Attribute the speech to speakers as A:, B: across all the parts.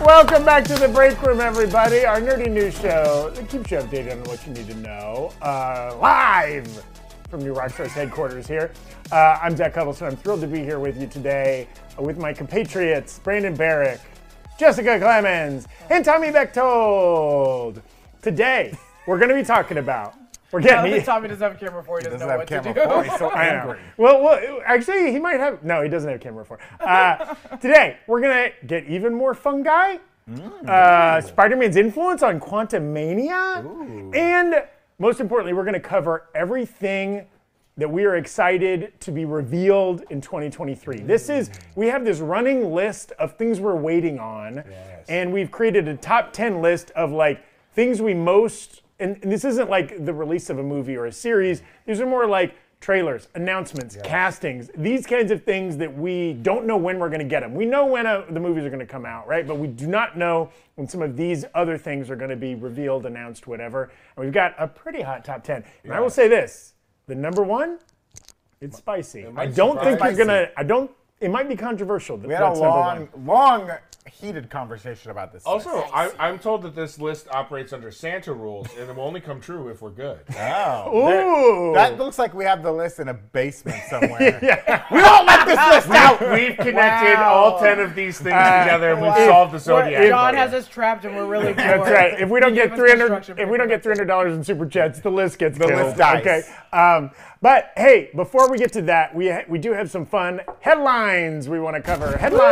A: Welcome back to the break room, everybody. Our nerdy news show that keeps you updated on what you need to know. Uh, live from New Rockstars headquarters here. Uh, I'm Zach Huddleston. I'm thrilled to be here with you today uh, with my compatriots, Brandon Barrick, Jessica Clemens, and Tommy Bechtold. Today, we're going to be talking about. We're
B: I don't
A: getting.
B: think Tommy doesn't have a camera for. He doesn't,
C: doesn't
B: know
C: have
B: what
C: camera
B: to do.
C: four. He's so
A: I know.
C: angry.
A: Well, well, actually, he might have. No, he doesn't have camera for. Uh, today, we're gonna get even more fungi.
C: Mm.
A: Uh, Spider-Man's influence on Quantum Mania, and most importantly, we're gonna cover everything that we are excited to be revealed in 2023. This is we have this running list of things we're waiting on, and we've created a top 10 list of like things we most. And, and this isn't like the release of a movie or a series. These are more like trailers, announcements, castings, these kinds of things that we don't know when we're going to get them. We know when uh the movies are going to come out, right? But we do not know when some of these other things are going to be revealed, announced, whatever. And we've got a pretty hot top 10. And I will say this, the number 1, it's spicy. I don't think
C: surprise
A: you're going to I don't it might be controversial. that
C: We had a
A: that's number
C: long,
A: one.
C: long, heated conversation about this.
D: Also,
C: list.
D: I, I'm told that this list operates under Santa rules, and it will only come true if we're good. Ah,
C: oh,
A: Ooh.
C: that looks like we have the list in a basement somewhere. We don't let this list out.
D: We've connected
B: Wow.
D: all ten of these things together, and we've
B: Wow.
D: solved the
B: We're-
D: zodiac.
B: John
D: puzzle.
B: has us trapped, and we're really.
A: That's right. If we don't
B: gave
A: get
B: us
A: 300,
B: construction
A: if we don't get
B: paper.
A: $300 in super chats, the list gets the
C: list dies.
A: Okay. Um, but hey, before we get to that, we ha- we do have some fun headlines we want to cover. Headlines.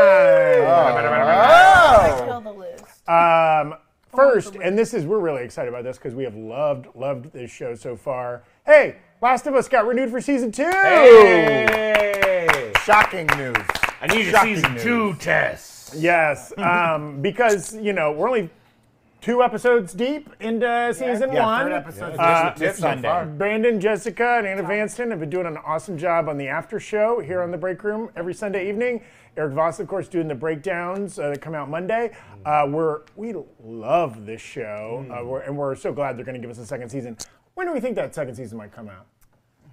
C: Oh,
E: Spill the lose.
A: Um, first, and this is we're really excited about this because we have loved loved this show so far. Hey, Last of Us got renewed for season two.
D: Hey!
C: shocking news.
D: I need a
C: Shocking
D: season
C: news.
D: two test.
A: Yes, um, because you know we're only two episodes deep into season
C: Yeah,
A: one.
C: third episode
D: Uh,
C: this
D: so
C: Sunday.
D: far.
A: Brandon, Jessica, and Anna Vanston have been doing an awesome job on the after show here on the break room every Sunday evening. Eric Voss, of course, doing the breakdowns uh, that come out Monday.
C: Mm.
A: Uh, we're we love this show, uh, we're, and we're so glad they're going to give us a second season. When do we think that second season might come out?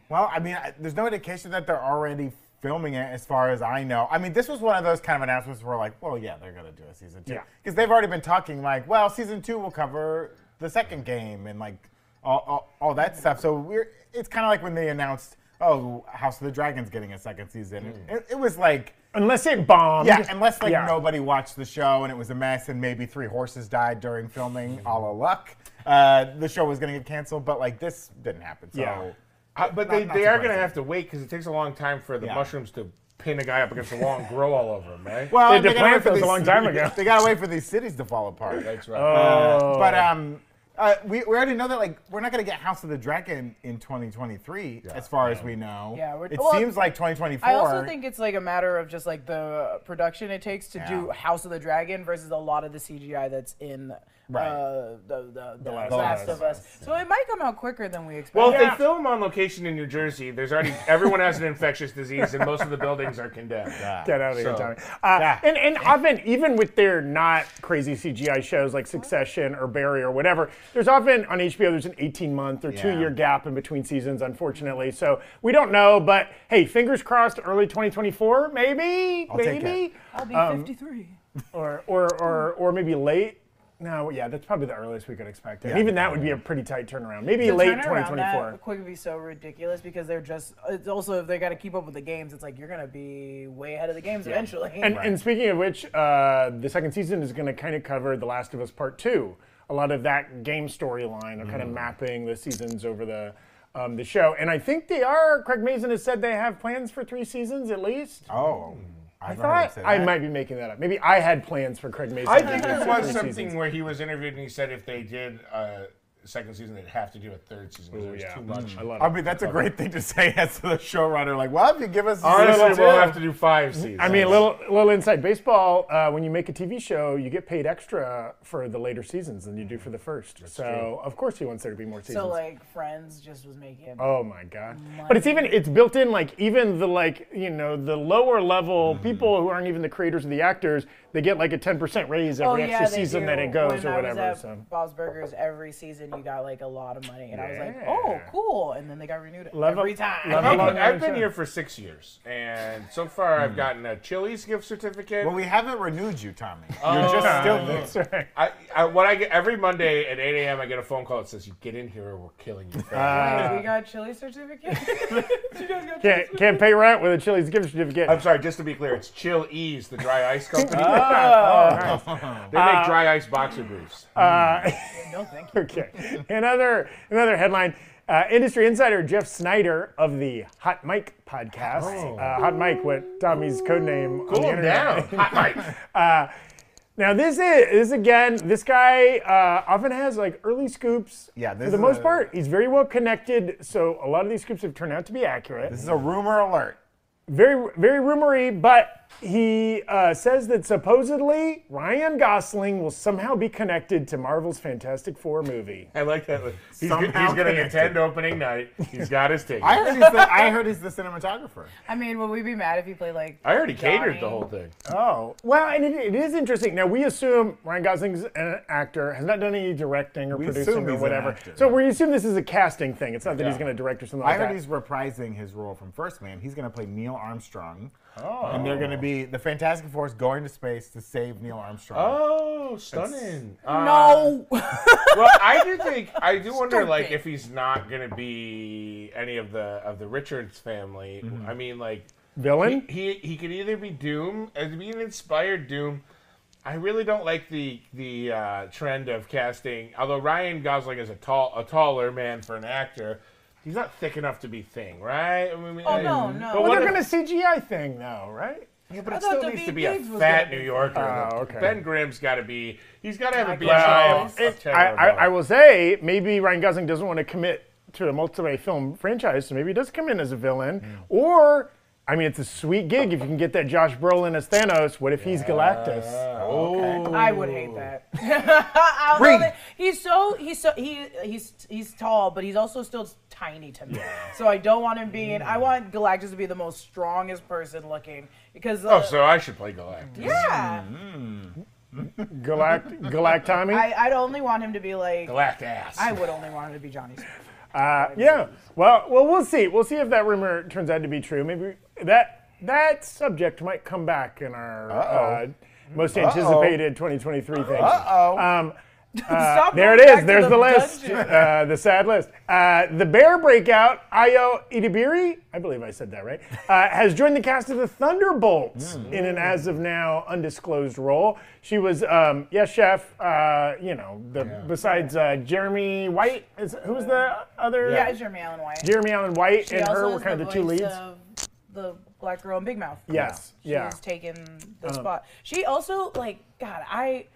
C: Well, I mean, I- there's no indication that they're already filming it, as far as I know. I mean, this was one of those kind of announcements where, like, well, yeah, they're gonna do a season two
A: Yeah.
C: because they've already been talking like, well, season two will cover the second game and like all, all, all that stuff. So we're it's kind of like when they announced, oh, House of the Dragons getting a second season.
A: Hmm.
C: It, it was like.
A: Unless it bombed.
C: Yeah, unless like
A: Yeah.
C: nobody watched the show and it was a mess and maybe three horses died during filming, a
A: Hmm.
C: la luck, uh, the show was gonna get canceled. But like this didn't happen. So
A: Yeah.
D: Uh, but they,
C: Not- not
D: they are going to
C: surprising.
D: have to wait because it takes a long time for the
C: Yeah.
D: mushrooms to pin a guy up against the wall and grow all over him, right?
C: Well,
A: They
C: and
A: had to
C: gotta
A: plan
C: wait for
A: for this a
C: these-
A: long time ago.
C: They gotta wait for these cities to fall apart.
D: that's right.
A: Oh.
C: But um, uh, we, we already know that like we're not gonna get House of the Dragon in 2023, as far as we know.
B: Yeah, we're-
C: it
B: well,
C: seems like 2024.
B: I also think it's like a matter of just like the production it takes to do
C: Yeah.
B: House of the Dragon versus a lot of the CGI that's in
C: Right.
B: uh, the, the, the
C: Last
B: Last,
C: of
B: of Us. So it might come out quicker than we expected.
D: well, if
A: yeah.
D: they film on location in New Jersey, there's already everyone has an infectious disease, and most of the buildings are condemned.
A: Get out of here,
D: So-
A: Tommy. Uh,
C: Yeah.
A: And and often, even with their not crazy CGI shows like Succession or Barry or whatever, there's often on HBO there's an 18 month or two year gap in between seasons, unfortunately. So we don't know, but hey, fingers crossed, early 2024, maybe,
C: take
A: maybe,
B: I'll be 53.
A: or or or or maybe late. No, yeah, that's probably the earliest we could expect. it. And
C: Yeah.
A: even that would be a pretty tight turnaround. Maybe
B: The
A: late
B: turnaround
A: 2024.
B: That quick would be so ridiculous because they're just. It's also if they got to keep up with the games, it's like you're gonna be way ahead of the games eventually.
A: And, and speaking of which, uh, the second season is going to kind of cover The Last of Us Part Two. A lot of that game storyline, of kind
D: Mm.
A: of mapping the seasons over the um, the show. And I think they are. Craig Mazin has said they have plans for three seasons at least.
C: Oh, I,
A: I, thought- I might be making that up. Maybe I had plans for Craig Mazin.
D: I
A: to
D: think
A: do
D: there
A: three
D: was something
A: seasons.
D: where he was interviewed and he said if they did a second season, they'd have to do a third season because it was
A: yeah. Mm. Mm-hmm.
D: too much.
A: I love
C: I
A: it.
C: mean, that's a great thing to say as to the showrunner. Like, well, if you give us, a season
D: Honestly,
C: two-
D: we'll have to do five seasons.
A: I mean, a little, little inside baseball. Uh, when you make a TV show, you get paid extra for the later seasons than you do for the first. so, of course, he wants there to be more seasons.
B: so like Friends just was making.
A: Oh my god! But it's even it's built in like even the like you know the lower level people who aren't even the creators or the actors they get like a ten percent raise every
B: oh, yeah,
A: extra
B: they
A: season
B: do.
A: that it goes
B: when
A: or
B: I
A: whatever.
B: Was at
A: so
B: Bob's Burgers every season. You we got like a lot of money, and I was like,
A: Yeah.
B: oh, cool. And then they got renewed
A: Level-
B: every time.
A: level
D: I've,
A: How long have
D: been-
A: you
D: I've been
A: been?
D: here for six years, and so far
A: Mm.
D: I've gotten a Chili's gift certificate.
C: Well, we haven't renewed you, Tommy.
D: Oh.
C: You're just still here.
A: That's right.
D: I, I, what I get every Monday at 8 a.m. I get a phone call that says, "You get in here or we're killing you."
A: Ah.
B: Wait, we got chili certificate. you guys got chili
A: Can't, can't pay rent with a Chili's gift certificate.
D: I'm sorry, just to be clear, it's Chill Ease, the dry ice company.
A: Oh.
D: They
A: Uh,
D: make dry ice boxer briefs.
B: certificate? No, thank you.
A: Okay. Another another headline. Uh, industry insider Jeff Snyder of the Hot Mike podcast, uh, Hot Mike, what Tommy's code name on
D: Cool
A: the
D: them
A: internet.
D: down. Hot mic.
A: Now this is this again. This guy uh, often has like early scoops.
C: Yeah, this
A: for the
C: is
A: most
C: a-
A: part, he's very well connected, so a lot of these scoops have turned out to be accurate.
C: This is a rumor alert.
A: very very rumory, but he uh, says that supposedly Ryan Gosling will somehow be connected to Marvel's Fantastic Four movie.
D: I like that. He's,
C: Somehow
D: he's going to
C: connected.
D: attend opening night. He's got his ticket.
C: I
D: I,
C: heard he's the, I heard he's the cinematographer.
B: I mean, would we be mad if he played like?
D: already catered the
B: Johnny.
D: whole thing.
A: Oh, well, and it, it is interesting. Now, we assume Ryan Gosling's an actor, has not done any directing or
C: We
A: producing
C: assume
A: or
C: he's an
A: whatever.
C: actor.
A: So we assume this is a casting thing. It's not that he's
D: Yeah.
A: going to direct or something
C: I
A: like
C: heard
A: that.
C: he's reprising his role from First Man. He's going to play Neil Armstrong. Oh. And they're going to be the Fantastic Four is going to space to save Neil Armstrong.
D: Oh, stunning. Uh,
B: No.
D: well, I do think I do wonder, like,
B: Stupid.
D: if he's not going to be any of the of the Richards family. I mean, like,
A: Villain?
D: he he could either be Doom as be an inspired Doom. I really don't like the the uh, trend of casting. Although Ryan Gosling is a tall a taller man for an actor, he's not thick enough to be Thing, right? I mean,
B: Oh
D: like-
B: no, no.
D: But
A: well,
D: what
A: they're
D: if-
A: going to CGI thing, though, right?
D: Yeah, but
B: I
D: it
B: thought the
D: still needs to be a
B: VPs was
D: fat
B: gonna
D: New
B: be-
D: Yorker.
A: Oh, okay.
D: Ben Grimm's got to be. He's got to have a BMI
A: Well,
D: of,
A: it-
D: of 10
A: I,
D: or
A: I, I
D: above.
A: will say maybe Ryan Gosling doesn't want to commit to a multi-film franchise, so maybe he does come in as a villain. Or, I mean, it's a sweet gig if you can get that Josh Brolin as Thanos. What if he's Galactus?
D: Oh,
B: I would hate that. I don't know that- He's so he's so he he's he's tall, but he's also still tiny to me. So I don't want him being.
D: Mm.
B: I want Galactus to be the most strongest person looking because. Uh,
D: Oh, so Mm. I should play Galactus.
B: yeah,
A: Galact Galactomy?
B: I, I'd only want him to be like.
D: Galactass.
B: I would only want him to be Johnny. Smith.
A: Uh, yeah. Well, well, we'll see. We'll see if that rumor turns out to be true. Maybe that that subject might come back in our uh, most anticipated 2023 things.
C: Uh-oh.
A: Um,
B: Stop
A: there it
B: going back
A: is.
B: to
A: There's the, list.
B: dungeon.
A: Uh, the sad list. Uh, the bear breakout, Ayo Idibiri, I believe I said that right, uh, has joined the cast of the Thunderbolts in an as of now undisclosed role. She was, um, yes, Chef, uh, you know, the, besides uh, Jeremy White, is, who was the other?
B: Yeah, it's Jeremy Allen White.
A: Jeremy Allen White
B: She
A: and her
B: also
A: were
B: is
A: kind of the two
B: voice
A: leads.
B: of The black girl in Big Mouth.
A: yes. Yeah. Um,
B: She's taken the spot. She also like God. I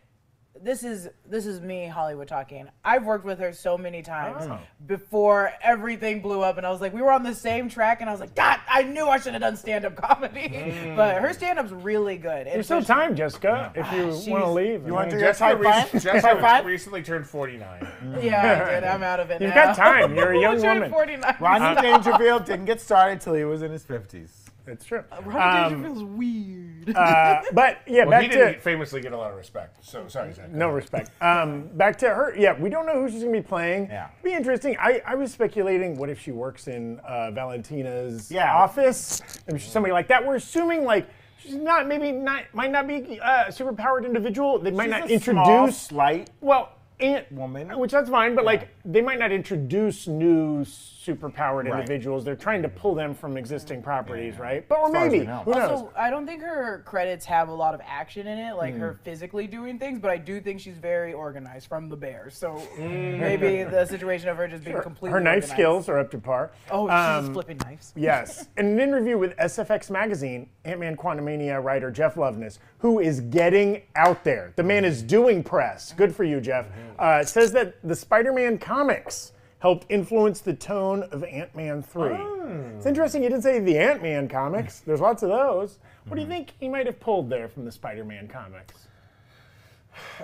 B: this is this is me Hollywood talking. I've worked with her so many times
A: Oh.
B: before everything blew up, and I was like, we were on the same track, and I was like, God, I knew I should have done stand up comedy,
A: Mm.
B: but her stand up's really good.
A: There's still time, Jessica, if
B: Ah, she's-
A: you want to leave. You
C: wanna do your
D: Jessica,
C: high five?
D: re- Jessica
C: High five?
D: recently turned 49.
A: Mm.
B: yeah, I did. I'm out of it.
A: You've
B: now.
A: got time. You're a young
B: Once you're
A: woman.
B: 49.
C: Ronnie Dangerfield didn't get started till he was in his 50s.
A: It's true.
B: Uh,
A: Um,
B: Ronnie Dangerfield's weird.
A: Uh, but yeah,
D: Well,
A: back
D: he
A: to
D: didn't famously get a lot of respect. So sorry, Zach.
A: No respect. Um, back to her. Yeah, we don't know who she's gonna be playing.
C: Yeah.
A: Be interesting. I, I was speculating. What if she works in uh, Valentina's
C: Yeah.
A: office? If she's somebody like that. We're assuming like she's not maybe not might not be uh, a superpowered individual. They might
C: She's
A: not
C: a small,
A: introduce
C: slight.
A: well Ant
C: Woman.
A: which that's fine. But like they might not introduce new superpowered
C: Right.
A: individuals. They're trying to pull them from existing properties, right? But or
C: far as we
A: maybe
C: know.
A: who knows?
B: Also, I don't think her credits have a lot of action in it, like
A: Hmm.
B: her physically doing things, but I do think she's very organized from the bear. So maybe the situation of her just being completely
A: Hmm. her knife
B: organized.
A: skills are up to par.
B: Oh, she's
A: Um,
B: flipping knives.
A: Yes. In an interview with SFX Magazine, Ant Man Quantumania writer Jeff Loveness, who is getting out there, the man is doing press. Good for you, Jeff.
B: Mm-hmm.
A: Uh, says that the Spider Man comics helped influence the tone of Ant Man 3.
B: Oh.
A: It's interesting you didn't say the Ant Man comics, there's lots of those. What
B: Mm-hmm.
A: do you think he might have pulled there from the Spider Man comics?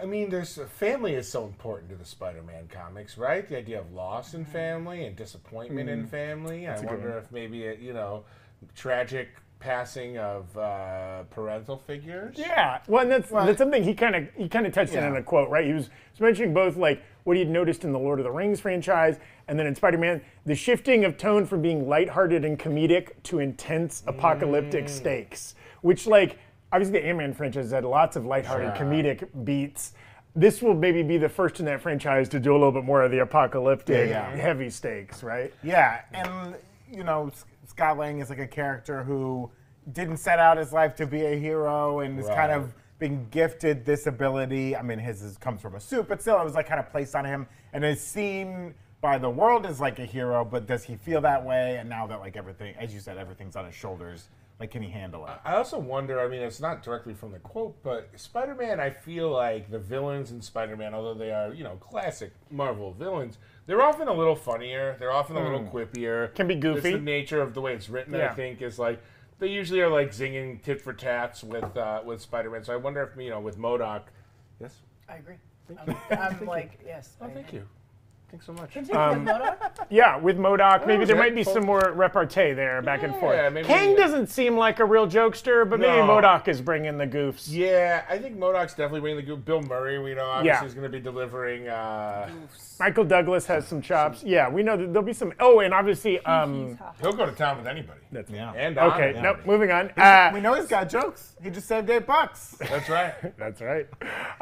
D: I mean, there's uh, family is so important to the Spider-Man comics, right? The idea of loss in family and disappointment in family. I wonder if maybe it, you know, tragic passing of uh, parental figures.
A: Yeah. Well, and that's that's something he kind of he kind of touched
C: Yeah.
A: on in a quote, right? He was, he was mentioning both like what he'd noticed in the Lord of the Rings franchise, and then in Spider-Man, the shifting of tone from being lighthearted and comedic to intense
C: Mm.
A: apocalyptic stakes, which like obviously the Ant-Man franchise had lots of lighthearted comedic beats. This will maybe be the first in that franchise to do a little bit more of the apocalyptic
C: Yeah, yeah.
A: heavy stakes, right?
C: Yeah, and you know, S- Scott Lang is like a character who didn't set out his life to be a hero and is kind of been gifted this ability. I mean, his is, comes from a suit, but still, it was like kind of placed on him and is seen by the world as like a hero. But does he feel that way? And now that like everything, as you said, everything's on his shoulders. Like, can he handle it?
D: I also wonder, I mean, it's not directly from the quote, but Spider Man, I feel like the villains in Spider Man, although they are, you know, classic Marvel villains, they're often a little funnier. They're often a little quippier.
A: Hmm. Can be goofy.
D: It's the nature of the way it's written, I
A: Yeah.
D: think, is like they usually are like zinging tit for tats with uh, with Spider Man. So I wonder if, you know, with Modoc. Yes?
B: I agree. I'm, I'm like, yes.
D: Oh,
B: I
D: thank you. Thanks so much.
B: Continue
A: Um,
B: with Modoc.
A: Yeah, with Modoc, maybe
D: was
A: there
D: it.
A: might be some more repartee there, back and forth.
D: Yeah, maybe-
A: Kang doesn't seem like a real jokester, but maybe
D: No.
A: Modoc is bringing the goofs.
D: Yeah, I think Modoc's definitely winning the group. Bill Murray, we know, obviously,
A: Yeah.
D: is going to be delivering. Uh,
A: Michael Douglas has some chops. Yeah, we know that there'll be some. Oh, and obviously, um,
D: he'll go to town with anybody.
A: that's,
C: Yeah.
D: And
A: okay.
D: Omni.
A: Nope. Moving on. Uh,
C: we know he's got jokes. He just saved eight bucks.
D: That's right.
A: That's right.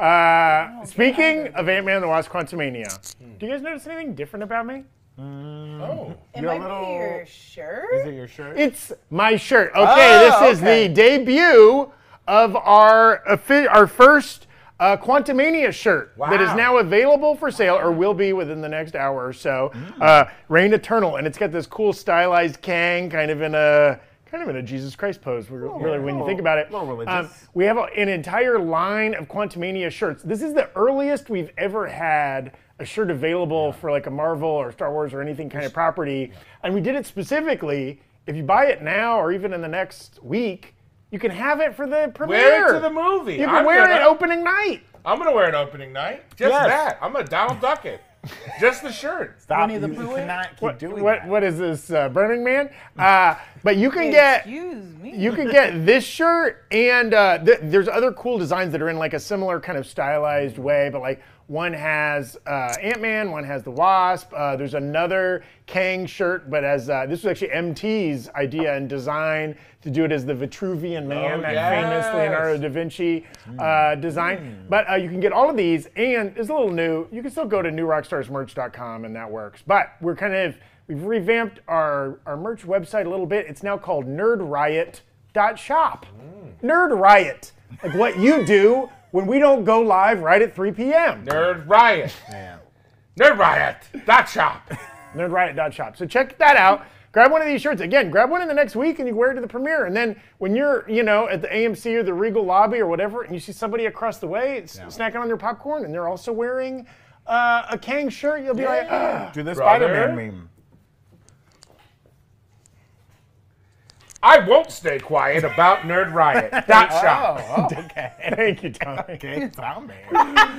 D: Oh,
A: Uh, speaking of Ant Man and the Wasp: Quantumania,
D: Hmm.
A: do you guys notice anything different about me?
D: Oh.
B: It
C: You're a
B: might be
C: little-
B: your
C: Is
B: shirt.
C: it your shirt?
A: It's my shirt. Okay,
B: Oh,
A: this is
B: okay.
A: the debut of our offi- our first uh, Quantumania shirt that is
D: Wow.
A: now available for sale or will be within the next hour or so. Uh, Reign Eternal, and it's got this cool stylized Kang, kind of in a kind of in a Jesus Christ pose. re- Really, when you think about it, Um,
C: little religious.
A: we have a- an entire line of Quantumania shirts. This is the earliest we've ever had a shirt available for like a Marvel or Star Wars or anything kind of property. And we did it specifically. If you buy it now or even in the next week, you can have it for the premiere.
D: Wear it to the movie.
A: You can
D: I'm
A: wear
D: gonna,
A: it opening night.
D: I'm gonna wear it opening night. Just
A: Yes.
D: that. I'm gonna Donald Duck it. Just the shirt.
C: Stop.
B: Winnie
C: You
B: the Pooh it?
C: cannot keep
A: What,
C: doing
A: what,
C: that.
A: what is this, uh, Burning Man? Uh, but you can get.
B: Excuse me.
A: you can get this shirt and uh, th- there's other cool designs that are in like a similar kind of stylized way but like one has uh, ant-man one has the wasp uh, there's another kang shirt but as uh, this was actually mt's idea and design to do it as the vitruvian man
D: Oh,
A: that
D: yes. Mm.
A: famous leonardo da vinci uh, design but uh, you can get all of these and it's a little new you can still go to newrockstarsmerch.com and that works but we're kind of We've revamped our, our merch website a little bit. It's now called Nerd Riot dot shop.
D: Mm.
A: Nerd Riot, like what you do when we don't go live right at 3 p.m.
D: Nerd Riot.
C: Man.
D: Nerd Riot. Dot shop.
A: Nerd Riot dot shop. So check that out. Grab one of these shirts. Again, grab one in the next week and you wear it to the premiere. And then when you're, you know, at the AMC or the Regal lobby or whatever, and you see somebody across the way s- snacking on their popcorn and they're also wearing uh, a Kang shirt, you'll be like, Ugh.
C: Do the
D: Brother?
C: Spider-Man meme.
D: I won't stay quiet about Nerd Riot. Dot shop.
C: Oh, oh, okay.
A: thank you, Tommy.
C: Okay, Tommy.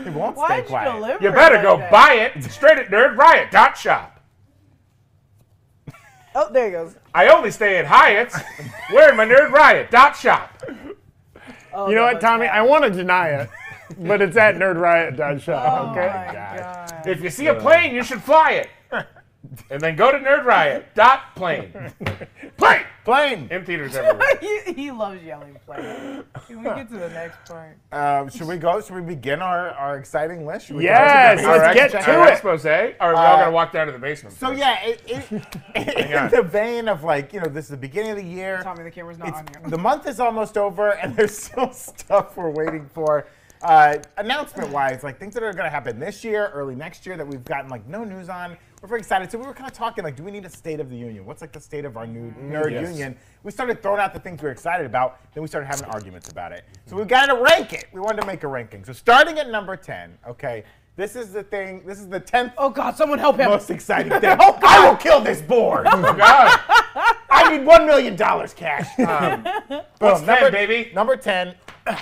C: He won't
B: Why'd
C: stay
B: you
C: quiet.
B: deliver
D: You better
B: like
D: go
B: that?
D: buy it straight at Nerd Riot. Dot shop.
B: Oh, there he goes.
D: I only stay at Hyatt's wearing my Nerd Riot. Dot shop.
B: Oh,
A: You know
B: that
A: what,
B: was
A: Tommy?
B: bad.
A: I want to deny it, but it's at Nerd Riot dot shop.
B: Oh
A: Okay.
B: my
D: God.
B: God.
D: If you see
A: uh,
D: a plane, you should fly it. And then go to Nerd Riot. Dot plane. Plane.
C: Blaine,
D: In theaters everywhere.
B: he, he loves yelling play. Can we get to the next part?
C: uh, should we go? Should we begin our, our exciting list? Should we go to
A: Yes,
C: the-
A: let's
D: Our
A: get
D: ex-
A: to
D: our
A: it.
D: Expose. eh? Or are we all gonna walk down to the basement?
C: So
D: first?
C: yeah, it, it, in the vein of like you know this is the beginning of the year.
B: Tommy, the camera's not
C: It's-
B: on you.
C: the month is almost over, and there's still stuff we're waiting for. Uh, announcement wise, like things that are going to happen this year, early next year, that we've gotten like no news on. We're very excited. So we were kind of talking like, do we need a state of the union? What's like the state of our new nerd
D: Yes.
C: union? We started throwing out the things we were excited about. Then we started having arguments about it. So we got to rank it. We wanted to make a ranking. So starting at number ten, okay, this is the thing. This is the tenth
B: Oh God! Someone help him!
C: most exciting thing. Oh, I will kill this board.
D: God.
C: I need one million dollars cash. Um, boom, number,
D: 10, baby?
C: Number ten.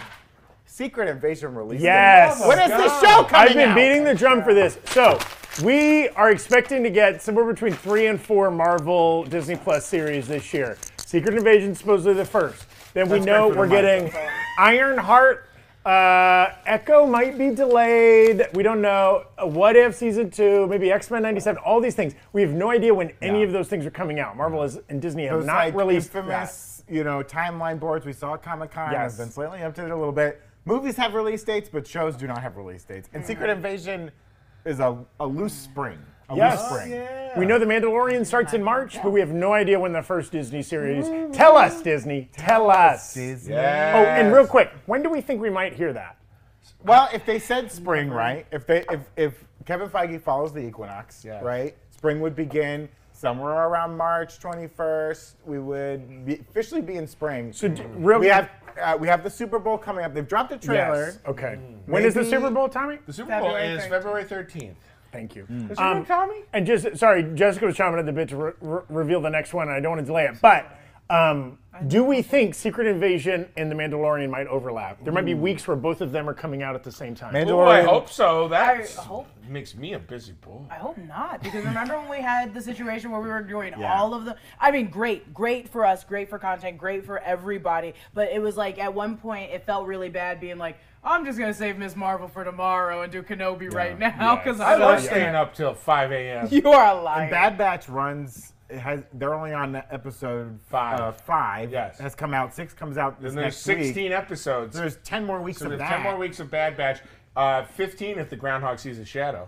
C: Secret Invasion release. date.
A: Yes.
C: When is the show coming
A: I've been
C: out?
A: beating the drum for this. So we are expecting to get somewhere between three and four Marvel Disney Plus series this year. Secret Invasion supposedly the first. Then we
C: That's
A: know
C: right for
A: we're
C: the
A: getting Ironheart. Uh, Echo might be delayed. We don't know. Uh, What if season two? Maybe X Men '97. All these things. We have no idea when any
C: Yeah.
A: of those things are coming out. Marvel is, and Disney have
C: Those
A: not
C: like
A: released that.
C: infamous, you know, timeline boards we saw at Comic Con
A: Yes.
C: has been slightly updated a little bit. Movies have release dates, but shows do not have release dates. And Secret
A: Mm-hmm.
C: Invasion is a, a loose spring. A
A: Yes. Oh,
C: loose spring.
A: We know The Mandalorian starts in March, but we have no idea when the first Disney series. Tell us, Disney. Tell us.
C: Disney.
D: Yes.
A: Oh, and real quick, when do we think we might hear that?
C: Well, if they said spring, right? If they if, if Kevin Feige follows the equinox,
D: Yes.
C: right? Spring would begin somewhere around March 21st. We would be, officially be in spring.
A: So, d- real
C: we have uh, we have the Super Bowl coming up. They've dropped a trailer.
A: Yes. Okay. When is the
C: Maybe-
A: Super Bowl, Tommy?
D: The Super Bowl
B: February
D: is
B: 13th.
D: February 13th.
A: Thank you.
D: Is um, Tommy?
A: And just sorry, Jessica was chomping at the bit to re- re- reveal the next one. and I don't want to delay it, but um, do we think Secret Invasion and The Mandalorian might overlap? There might be weeks where both of them are coming out at the same time.
C: Mandalorian.
D: Oh, I hope so. That
B: I hope-
D: makes me a busy boy.
B: I hope not, because remember when we had the situation where we were doing
C: Yeah.
B: all of the. I mean, great, great for us, great for content, great for everybody. But it was like at one point it felt really bad being like, I'm just gonna save Miss Marvel for tomorrow and do Kenobi right now because I
D: I love
B: love
D: staying up till 5 a.m.
B: you are a liar.
C: Bad Batch runs. It has they're only on the episode
D: Five.
C: Uh, five.
D: Yes.
C: Has come out. Six comes out this
D: And there's
C: next
D: 16
C: week.
D: episodes.
C: So there's ten more weeks
D: so
C: of
D: there's
C: that.
D: 10 more weeks of Bad Batch. Uh, 15 if the groundhog sees a shadow.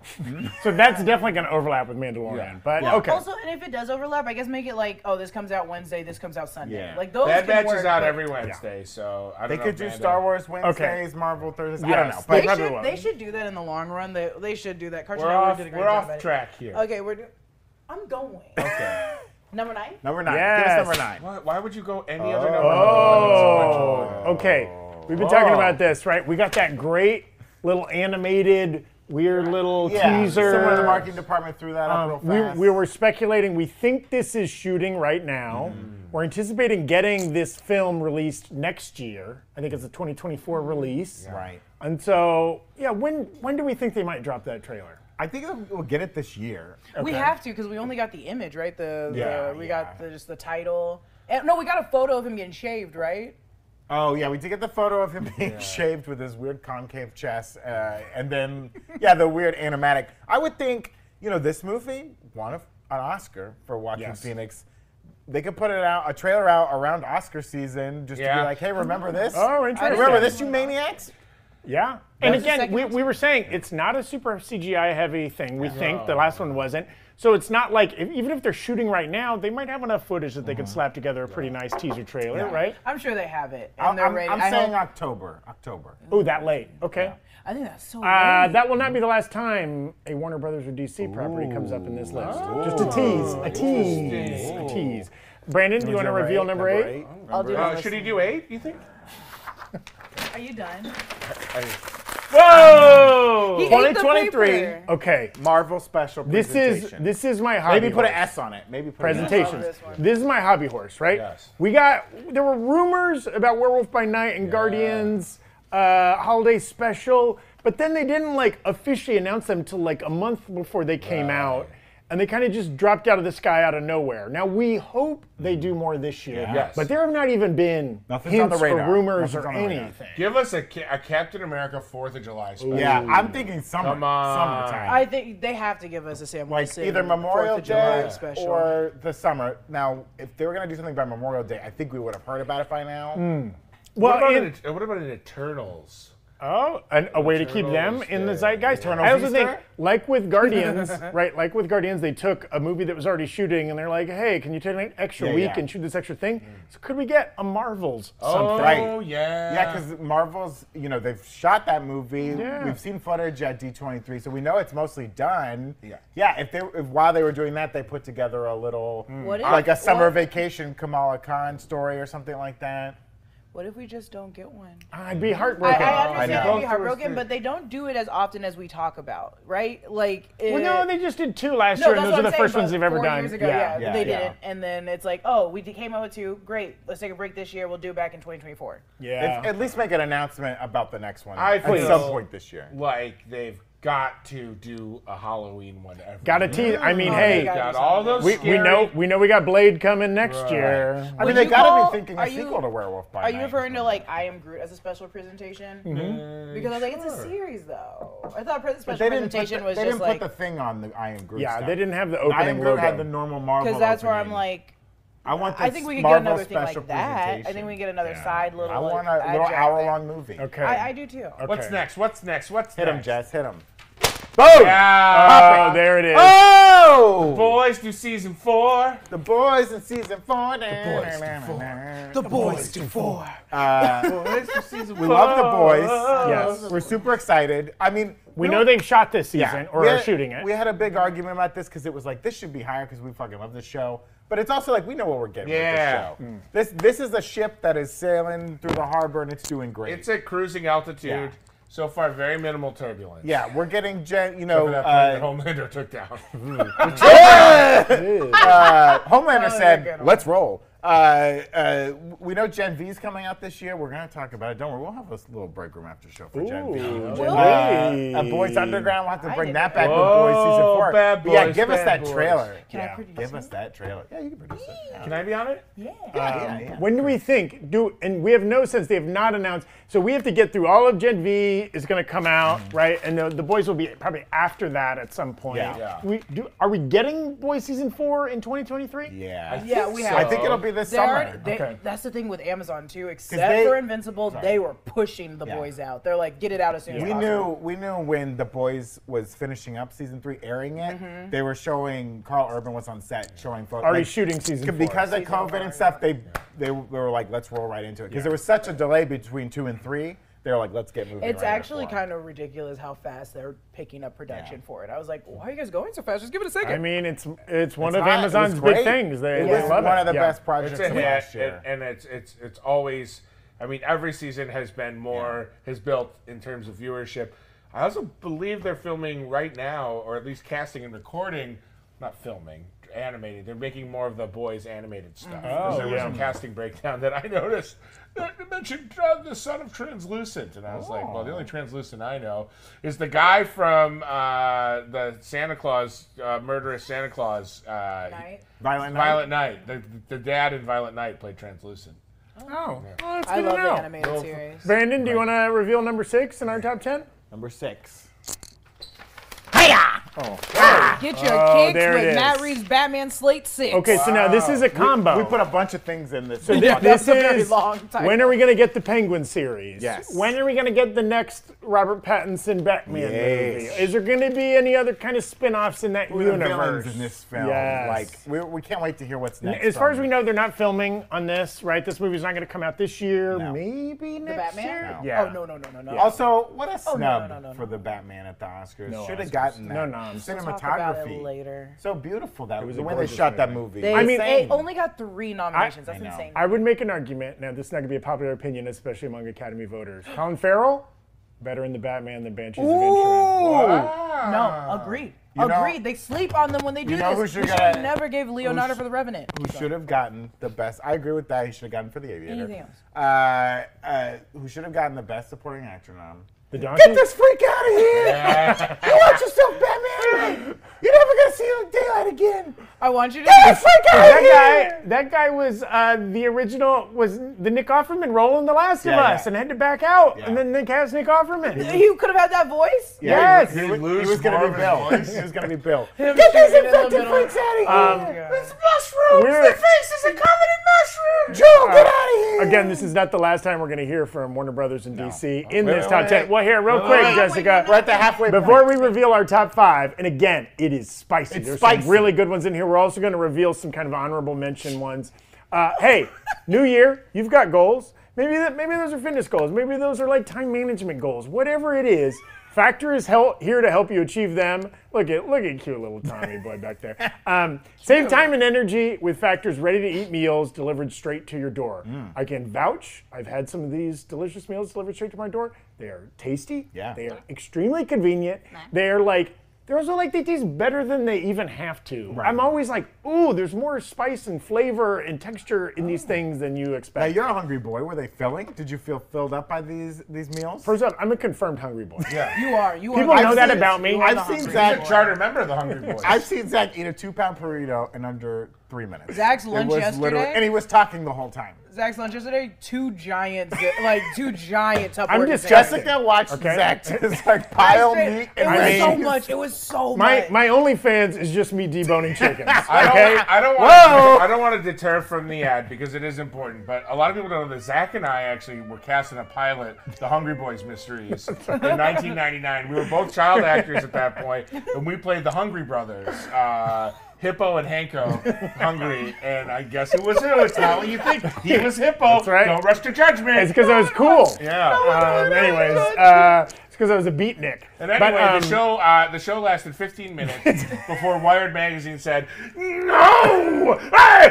A: So that's definitely going to overlap with Mandalorian.
D: Yeah.
A: But okay.
B: Also, and if it does overlap, I guess make it like, oh, this comes out Wednesday, this comes out Sunday.
C: Yeah.
B: Like those.
D: Bad
B: can
D: Batch
B: work,
D: is out
B: but
D: every Wednesday, so I don't
C: They
D: know.
C: could
D: if
C: do
D: Mando-
C: Star Wars Wednesdays, Marvel Thursdays. I don't
A: Yes,
C: know.
A: they
C: But
B: They
A: Probably
B: should,
A: won't.
B: they should do that in the long run. They, they should do that. Cartoon
D: We're
B: Network
D: off,
B: did a great
D: we're
B: job
D: off
B: at it.
D: track here.
B: Okay, we're. Do- I'm going.
D: Okay.
B: Number nine.
C: number nine.
A: Yes.
C: Give us number nine.
D: Why, why would you go any other number?
A: Oh, okay. We've been talking
D: Oh.
A: about this, right? We got that great little animated, weird little
C: Yeah.
A: teaser.
C: Someone in the marketing department threw that
A: Um,
C: up real
A: we,
C: fast.
A: we were speculating. We think this is shooting right now.
C: Mm.
A: We're anticipating getting this film released next year. I think it's a 2024 release.
C: right.
A: And so, yeah, when when do we think they might drop that trailer?
C: I think that we'll get it this year.
B: We have to because we only got the image, right? The,
C: Yeah,
B: the we got
C: yeah.
B: the, just the title. And, no, we got a photo of him getting shaved, right?
C: Oh yeah, we did get the photo of him being shaved with his weird concave chest, uh, and then yeah, the weird animatic. I would think you know this movie won a, an Oscar for Joaquin
A: Yes.
C: Phoenix. They could put it out a trailer out around Oscar season just to
D: Yeah.
C: be like, hey, remember this?
A: Oh, interesting.
C: Remember this, you maniacs?
A: Yeah. And
B: That's the
A: again,
B: second
A: we, we were saying it's not a super CGI heavy thing, we think. The last one wasn't. So it's not like, if, even if they're shooting right now, they might have enough footage that they could slap together a pretty nice teaser trailer,
C: Yeah.
A: right?
B: I'm sure they have it, and
C: I'm,
B: they're
C: I'm-
B: ready.
C: I'm
B: I
C: saying
B: hope-
C: October. October.
A: Oh, that late. Okay.
B: I think that's so.
A: Uh,
B: late.
A: that will not be the last time a Warner Brothers or DC property comes up in this list. Just a tease, a tease, a tease. Brandon, do you want to
C: Number
A: reveal
C: eight,
A: number eight?
B: I'll do
D: Uh,
B: this.
D: should he do eight, you think?
B: Are you done?
A: Whoa!
B: He ate the
C: 2023.
B: paper.
A: Okay,
C: Marvel special.
A: this is
C: presentation.
A: this is my hobby.
C: Maybe put an
A: horse.
C: S on it. Maybe put an S.
A: presentations.
B: this one.
A: This is my hobby horse, right?
D: Yes.
A: We got there were rumors about Werewolf by Night and Guardians uh, holiday special, but then they didn't like officially announce them till like a month before they came out. And they kind of just dropped out of the sky out of nowhere. Now we hope they do more this year,
C: Yeah.
D: Yes.
A: but there have not even been
C: Nothing's on
A: hints
C: the radar.
A: or rumors
C: Nothing's
A: or
C: on the radar.
A: anything.
D: Give us a, ca- a Captain America 4th of July special.
C: Yeah, I'm thinking summer.
D: Come on.
C: Summertime.
B: I think they have to give us a Sam
C: like
B: Wilson
C: either Memorial
B: Fourth of July
C: Day
B: special.
C: or the summer. Now, if they were gonna do something by Memorial Day, I think we would have heard about it by now.
D: What,
A: Well,
D: about
A: and,
D: an, what about an Eternals?
A: oh, and a way to keep them
D: Turtles,
A: in the
D: yeah.
A: zeitgeist.
D: Turtles
A: I also
C: Easter?
A: think, like with Guardians, right? Like with Guardians, they took a movie that was already shooting, and they're like, "Hey, can you take an extra
C: Yeah,
A: week
C: yeah.
A: and shoot this extra thing?" So could we get a Marvels
D: Oh,
A: something?
C: Right.
D: yeah.
C: Yeah, because Marvel's, you know, they've shot that movie.
A: Yeah.
C: We've seen footage at D23, so we know it's mostly done.
D: Yeah.
C: Yeah, if they if while they were doing that, they put together a little
B: What if-
C: like a summer
B: what-
C: vacation Kamala Khan story or something like that.
B: What if we just don't get one?
A: I'd be
B: I,
A: heartbroken.
B: I
C: I
B: understand
C: know.
B: they'd be heartbroken, but they don't do it as often as we talk about, right? Like,
A: well,
B: it-
A: no, they just did two last
B: No,
A: year, and
B: that's
A: those
B: what
A: are the
B: I'm saying,
A: first ones
B: but
A: they've ever
B: four
A: done.
B: Years ago,
A: yeah.
B: yeah,
C: Yeah,
B: they did
C: yeah.
B: it, and then it's like, oh, we came out with two. Great, let's take a break this year. We'll do it back in 2024.
A: Yeah.
C: At- At least make an announcement about the next one
D: I
C: at
D: feel-
C: some point this year.
D: Like, they've got to do a Halloween one. every
A: Got to
D: year.
A: tease. I mean,
B: Oh,
A: hey,
B: they
D: Got,
B: Gotta do
D: all
B: something.
D: those.
A: we, we
D: scary-
A: know we know we got Blade coming next
D: Right.
A: year.
C: I mean,
B: Would
C: they
B: you
C: gotta
B: call-
C: be thinking
B: are
C: a
B: you-
C: sequel to Werewolf by
B: Are
C: Night
B: you
C: or
B: referring to
C: something. Mm-hmm.
B: like I Am Groot as a special presentation? Because I was like, it's a series though. I thought pre- the
C: But
B: special
C: they didn't put
B: presentation
C: the,
B: was
C: they
B: just
C: didn't
B: like
C: put the thing on the I am Groot.
A: Yeah,
C: stuff.
A: they didn't have the
C: I am
A: opening
C: Groot
A: logo.
C: had the normal Marvel.
B: because that's where I'm
C: opening.
B: like.
C: I want.
B: I
C: this
B: think we could get
C: Marvel
B: another thing
C: special
B: like that. I think we
C: presentation.
B: can get another
D: Yeah.
B: side little.
C: I want
B: like,
C: a little
B: adjunct
C: hour
B: thing.
C: long movie.
A: okay.
B: I, I do too.
D: What's
A: Okay.
D: next? What's next? What's
C: Hit him,
D: next?
C: Jess. Hit him.
A: Boom!
D: Yeah.
A: Oh, there it is.
C: Oh!
D: Boys do season four.
C: The boys in season four. The
D: boys in
C: The boys
B: do four.
C: Uh,
D: Boys do season
C: we love the boys.
A: Yes.
C: We're super excited. I mean,
A: We
C: don't-
A: know they've shot this
C: Yeah.
A: season or
C: We
A: are
C: had-
A: shooting it.
C: We had a big argument about this because it was like this should be higher because we fucking love this show. But it's also like we know what we're getting
D: Yeah.
C: with this show. This this is a ship that is sailing through the harbor and it's doing great.
D: It's at cruising altitude.
C: Yeah.
D: So far, very minimal turbulence.
C: yeah, we're getting gen, you know.
D: For that
C: Uh,
D: plane that Homelander took down.
C: uh, Homelander
B: Oh, they're
C: said,
B: good.
C: "Let's roll." Uh, uh, we know Gen V is coming out this year. We're gonna talk about it. Don't worry, we'll have a little break room after show for Gen V.
A: Ooh,
B: Gen
A: Gen
C: Uh,
A: V.
C: a Boys Underground. We'll have to
B: I
C: bring
B: didn't
C: that
B: know.
C: back with Boys season
D: Whoa,
C: four.
D: Bad
C: But yeah,
D: Boys,
C: give us
D: bad
C: that
D: boys.
C: trailer.
B: Can
A: Yeah.
B: I produce
C: Give us
B: it?
C: that trailer. Yeah, you can produce it. Yeah.
D: Can I be on it?
B: Yeah.
C: yeah, yeah.
A: When do we think? Do and we have no sense. They have not announced. So we have to get through all of Gen V is going to come out, right? And the, the boys will be probably after that at some point.
C: Mm-hmm. Yeah. Yeah.
A: We do. Are we getting Boys season four in 2023?
C: yeah.
B: Yeah, we have.
C: I think it'll be this
B: They
C: summer.
B: are, they,
A: Okay.
B: That's the thing with Amazon too. Except
C: they-
B: for Invincible, they were pushing the
C: Yeah.
B: boys out. They're like, get it out as soon as
C: we
B: possible.
C: knew we knew when the boys was finishing up season three, airing it.
B: Mm-hmm.
C: They were showing Carl Urban was on set showing photos.
A: Already shooting season four.
C: because of COVID and stuff. They, they were like, let's roll right into it because there was such a delay between two and three. They were like, let's get moving.
B: It's
C: right
B: actually kind of ridiculous how fast they're picking up production for it. I was like, why are you guys going so fast? Just give it a second.
A: I mean, it's it's one
C: It's
A: of
C: hot. It was
A: Amazon's
C: great.
A: big things. They,
C: It
A: they
C: was
A: love
C: one
A: it.
C: of the
A: Yeah.
C: best
D: It's
C: projects
D: a
C: of last
D: hit,
C: year.
D: and, and it's it's it's always. I mean, every season has been more has built in terms of viewership. I also believe they're filming right now, or at least casting and recording, not filming, animated. They're making more of the boys animated stuff.
C: Mm-hmm.
D: 'Cause
A: Oh,
D: there was
A: yeah.
D: a casting breakdown that I noticed. that it mentioned uh, the son of translucent, and I was like, well, the only
C: Oh.
D: translucent I know is the guy from uh, the Santa Claus uh, murderous Santa Claus. Uh,
B: Night.
C: Violent Night?
D: Violent Night. The, the dad in Violent Night played Translucent.
A: Oh, well, that's
B: I
A: good to
B: love
A: know.
B: the animated
D: Well,
B: series.
A: Brandon, do you want to reveal number six in our top ten?
C: Number six.
B: Get your
A: Oh,
B: kicks
A: there it
B: with Matt
A: is.
B: Reeves' Batman Slate 6.
A: Okay, so now this is a combo.
C: We put a bunch of things in this.
A: So thi-
B: Yeah,
A: this
B: that's a very
A: is
B: long title.
A: when are we going to get the Penguin series?
C: Yes.
A: When are we going to get the next Robert Pattinson Batman
C: Yes.
A: movie? Is there going to be any other kind of spin-offs in that
C: Who are the
A: universe?
C: villains in this film?
A: Yes.
C: Like we, we can't wait to hear what's next.
A: as far
C: on
A: as we know, they're not filming on this, right? This movie's not going to come out this year.
C: No.
A: Maybe
B: The
A: next year.
B: Batman?
C: No.
A: Yeah.
B: Oh, no, no, no, no, no.
C: Also, what a snub
B: no, no, no, no,
C: for
B: no.
C: the Batman at the Oscars.
A: No
C: Should have
A: Oscars.
C: gotten that.
A: No noms.
B: We'll talk about it
C: Cinematography.
B: later.
C: So beautiful that
A: was
C: the
A: a
C: way they
A: gorgeous
C: shot that
A: movie.
C: movie.
B: They,
A: I mean,
B: they
A: hey.
B: only got three nominations. That's
C: I know.
B: insane.
A: I would make an argument. Now, this is not going to be a popular opinion, especially among Academy voters. Colin Farrell, better in the Batman than Banshees of Inisherin.
B: no, agreed.
C: You know-
B: agreed. they sleep on them when they do
C: know who
B: this.
C: should
B: We
C: get
B: should've
C: it?
B: never gave Leonardo for the Revenant.
C: who should have gotten the best. I agree with that. He should have gotten for the Aviator.
B: Anything else?
C: Uh, uh, who should have gotten the best supporting actor nom?
A: The donkey.
C: Get this freak out of here! you watch yourself, Batman. You're never gonna see daylight again.
B: I want you to.
C: Get the freak out of
A: that
C: here!
A: guy, that guy was uh, the original, was the Nick Offerman role in The Last of
C: Yeah,
A: Us,
C: yeah.
A: and had to back out,
C: Yeah.
A: and then they cast Nick Offerman.
B: you could have had that voice.
A: Yes.
C: he,
A: Did he
C: was- he
D: lose
C: was gonna
D: more of
C: be
D: his
C: Bill.
D: voice?
C: he was gonna be Bill.
B: Him
C: Get these
B: shooting in the
C: infected
B: middle.
C: freaks out of here!
B: God.
C: it's mushrooms.
A: We're- Uh,
C: Their faces are covered in mushrooms. Joe, get out of here!
A: Again, this is not the last time we're going to hear from Warner Brothers in DC in
C: Wait,
A: this
C: wait,
A: top
C: wait.
A: 10. Well, here, real
C: Wait,
A: quick,
C: wait, wait.
A: Jessica.
C: We're at the halfway
A: Before
C: point.
A: we reveal our top five, and again, it is spicy.
C: It's
A: There's
C: spicy.
A: some really good ones in here. We're also going to reveal some kind of honorable mention ones. Uh, hey, New Year, you've got goals. Maybe that, maybe those are fitness goals. Maybe those are like time management goals. Whatever it is, Factor is hel- here to help you achieve them. Look at look at cute little Tommy boy back there. Um, save time and energy with Factor's ready-to-eat meals delivered straight to your door.
C: Mm.
A: I can vouch. I've had some of these delicious meals delivered straight to my door. They are tasty.
C: Yeah.
A: They are extremely convenient. They are like They're also like they taste better than they even have to. I'm always like, ooh, there's more spice and flavor and texture in these things than you
C: Now
A: expect.
C: you're a hungry boy. Were they filling? Did you feel filled up by these these meals?
A: First up, I'm a confirmed hungry boy.
D: Yeah.
B: You are. You
A: People
B: are.
A: know
B: I've
A: that
B: seen it.
A: about me.
B: You are
C: I've
B: the
C: seen
B: hungry
C: Zach
B: boy.
C: Jar-
D: Charter member of the Hungry Boys.
C: I've seen Zach eat a two pound burrito in under three minutes.
B: Zach's
C: It
B: lunch
C: was
B: yesterday-
C: literally- and he was talking the whole time.
B: Zach's lunch yesterday. Two giant, zi- like two giant Tupperware.
A: I'm just
B: containers.
A: Jessica-
C: Jessica watched
A: Okay.
C: Zach just like pile meat
B: It
C: and
B: was
A: I
B: so
A: mean-
B: much. It was so
A: My
B: much.
A: my OnlyFans is just me deboning chickens.
D: I don't,
A: okay.
D: I don't
A: Whoa!
D: want. I don't want to deter from the ad because it is important. But a lot of people don't know that Zach and I actually were cast in a pilot, The Hungry Boys Mysteries, in 1999. We were both child actors at that point, and we played the Hungry Brothers, uh, Hippo and Hanko, hungry. And I guess it was it was not what you think. He was Hippo.
A: That's right.
D: Don't rush to judgment.
A: It's because I was cool.
D: yeah.
A: Um, anyways, uh, it's because I was a beatnik.
D: And anyway,
A: But, um,
D: the show uh, the show lasted 15 minutes before Wired magazine said, "No, I,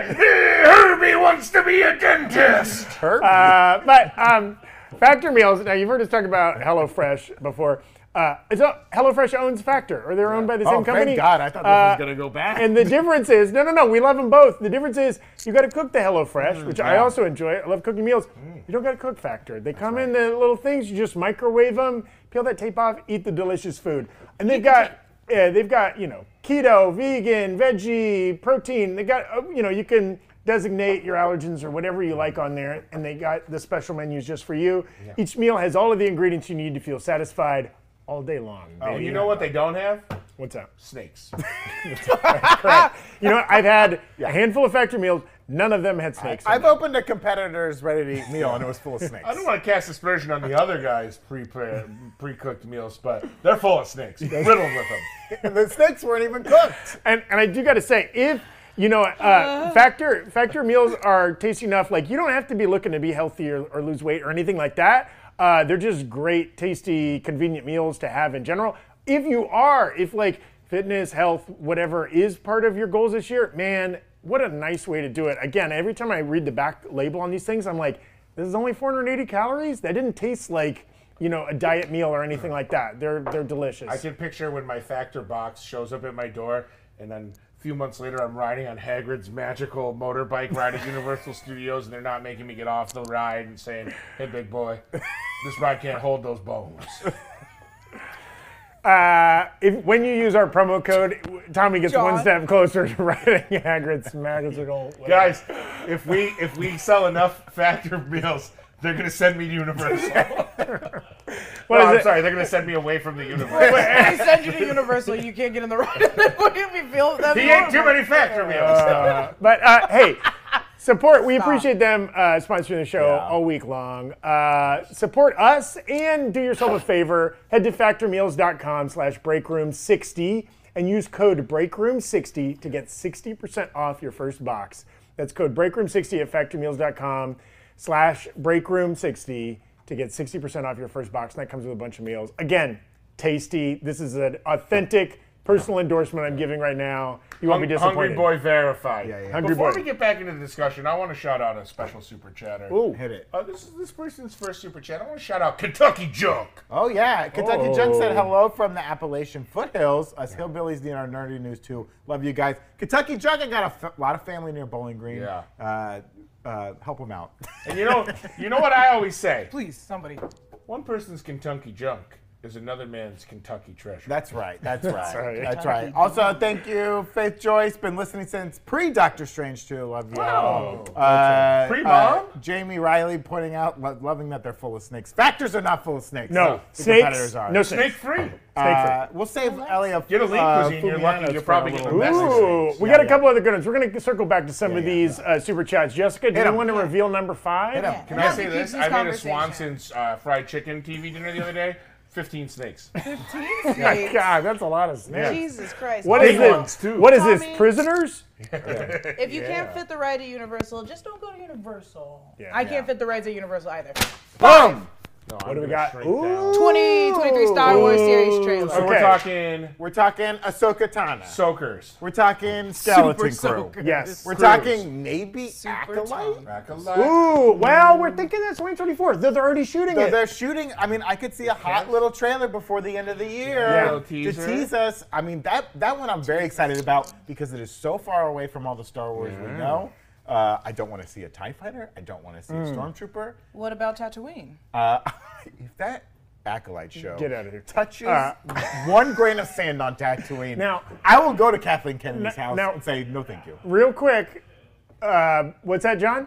D: Herbie wants to be a dentist."
A: Uh, but um, Factor meals. Now you've heard us talk about HelloFresh before. Uh, it's a, HelloFresh owns Factor, or they're owned by the same
C: Oh,
A: company.
C: thank God! I thought this
A: Uh,
C: was gonna go back.
A: And the difference is, no, no, no, we love them both. The difference is, you got to cook the HelloFresh,
D: Mm-hmm.
A: which I also enjoy. I love cooking meals.
D: Mm.
A: You don't got to cook Factor. They come in the little things. You just microwave them, peel that tape off, eat the delicious food. And they've got, yeah, they've got you know keto, vegan, veggie, protein. They got uh, you know you can designate your allergens or whatever you like on there, and they got the special menus just for you. Each meal has all of the ingredients you need to feel satisfied all day long.
D: And
A: baby.
D: Oh, you know what they don't have?
A: What's up?
D: Snakes.
A: You know, I've had a handful of factory meals. None of them had snakes. in
C: I've
A: them.
C: opened a competitor's ready-to-eat meal and it was full of snakes.
D: I don't want to cast aspersion on the other guys' pre pre cooked meals, but they're full of snakes, riddled with them.
C: the snakes weren't even cooked.
A: and, and I do got to say, if you know, uh, factor factor meals are tasty enough. Like you don't have to be looking to be healthy or, or lose weight or anything like that. Uh, they're just great, tasty, convenient meals to have in general. If you are, if like fitness, health, whatever is part of your goals this year, man, what a nice way to do it. Again, every time I read the back label on these things, I'm like, this is only 480 calories. That didn't taste like you know a diet meal or anything like that. They're they're delicious.
D: I can picture when my factor box shows up at my door, and then a few months later, I'm riding on Hagrid's magical motorbike ride at Universal Studios, and they're not making me get off the ride and saying, "Hey, big boy, this ride can't hold those bones."
A: Uh, if, when you use our promo code, Tommy gets one
B: John.
A: step closer to writing Hagrid's magical.
D: Guys, if we if we sell enough factor meals, they're gonna send me to Universal.
A: What
D: No,
A: is
D: Oh, I'm
A: it?
D: sorry, they're gonna send me away from the universe.
B: they send you to Universal. You can't get in the ride. Wouldn't we feel that?
D: He ate too many factor meals.
A: Uh, but uh, hey, support. We appreciate them uh, sponsoring the show all week long. Uh, support us and do yourself a favor. Head to factormeals.com slash breakroom60 and use code breakroom60 to get 60% off your first box. That's code breakroom60 at factormeals.com slash breakroom60 to get 60% off your first box. And that comes with a bunch of meals. Again, tasty. This is an authentic personal endorsement I'm giving right now. You won't be
D: Hung- Hungry
A: disappointed.
D: boy verified.
C: yeah.
A: Hungry
D: Before
A: boy.
D: we get back into the discussion, I want to shout out a special super chatter.
C: Hit it.
D: Uh, this is this person's first super chat. I want to shout out Kentucky Junk.
C: Oh yeah, Kentucky
A: Oh.
C: Junk said hello from the Appalachian foothills. Us hillbillies need our nerdy news too. Love you guys. Kentucky Junk, I got a f- lot of family near Bowling Green.
D: Yeah.
C: Uh, uh, help them out.
D: And you know, you know what I always say:
B: Please, somebody.
D: one person's Kentucky Junk is another man's Kentucky treasure.
C: That's right. That's right. That's
A: right.
C: right. Also, thank you, Faith Joyce. Been listening since pre Doctor Strange too. Love you.
D: Wow.
C: Uh,
D: Pre-mom?
C: uh, Jamie Riley pointing out, lo- loving that they're full of snakes. Factors are not full of snakes.
A: No,
C: The
A: snakes.
C: competitors are.
A: No
D: Snake
A: snakes.
D: free.
C: Uh, we'll save Elliot.
D: Get a lean
C: uh,
D: cuisine. You're
C: Fumiano's
D: lucky. You're
C: for
D: probably
C: a little
D: getting the best
C: bit.
A: Ooh,
D: snakes.
A: we
C: Yeah,
A: got a
C: yeah.
A: couple other good ones. We're going to circle back to some of
C: yeah,
A: these uh, super chats. Jessica, do you
C: 'em.
A: want to reveal number five?
C: Hit 'em.
D: Can I say this? I made a Swanson's uh, fried chicken TV dinner the other day. Fifteen snakes.
A: My God, that's a lot of snakes.
E: Jesus Christ.
A: What
E: Also,
A: is this?
D: ones, too.
A: What is this?
E: Tommy.
A: Prisoners?
E: If you can't fit the ride at Universal, just don't go to Universal.
A: Yeah.
B: I can't fit the rides at Universal either.
C: Boom!
D: No,
A: What do we got? Ooh.
E: 2023 Star Wars series trailer.
D: So
A: Okay.
D: we're talking
C: We're talking Ahsoka Tana.
D: soakers.
C: We're talking Skeleton Crew.
B: Super Soaker.
A: Yes.
C: We're
D: Crews.
C: talking maybe Acolyte.
A: Ooh, well, we're thinking that's 2024. They're, they're already shooting
C: So
A: it.
C: they're shooting. I mean, I could see a hot little trailer before the end of the year
D: Little
C: to
D: teaser.
C: tease us. I mean, that that one I'm very excited about because it is so far away from all the Star Wars we know. Uh, I don't want to see a Tie Fighter. I don't want to see a
A: Hmm.
C: Stormtrooper.
B: What about Tatooine?
C: Uh, if that acolyte show
A: Get outta here.
C: touches
A: Uh,
C: one grain of sand on Tatooine,
A: Now-
C: I will go to Kathleen Kennedy's
A: Now-
C: house
A: now-
C: and say no, thank you.
A: Real quick, uh, what's that, John?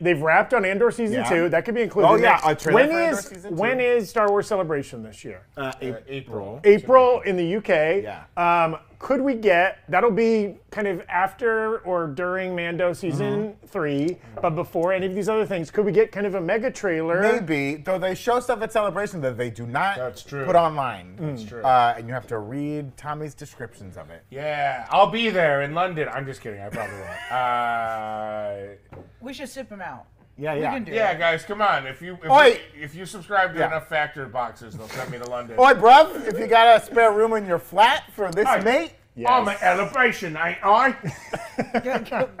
A: They've wrapped on Andor season
C: Yeah.
A: two. That could be included.
C: Oh, yeah,
A: next-
C: a trailer
A: When
C: for Andor
A: is-
C: season two.
A: when is Star Wars Celebration this year?
C: Uh,
D: Uh, April.
A: April in the UK.
C: Yeah.
A: Um, could we get that'll be kind of after or during Mando season
C: Mm-hmm.
A: three, but before any of these other things, could we get kind of a mega trailer?
C: Maybe, though they show stuff at Celebration that they do not
D: That's true.
C: put online. That's
D: true.
C: Uh, and you have to read Tommy's descriptions of it.
D: Yeah, I'll be there in London. I'm just kidding. I probably won't. Uh,
B: We should sip him out.
C: Yeah,
B: We
C: yeah.
B: can do
D: yeah,
B: it.
D: guys, come on. If you if,
C: Oi.
D: you, if you subscribe to
C: Yeah.
D: enough factor boxes, they'll send me to London.
C: Boy, bruv, if you got a spare room in your flat for this
D: Hi.
C: mate,
B: Oh,
D: I'm an elevation, ain't I?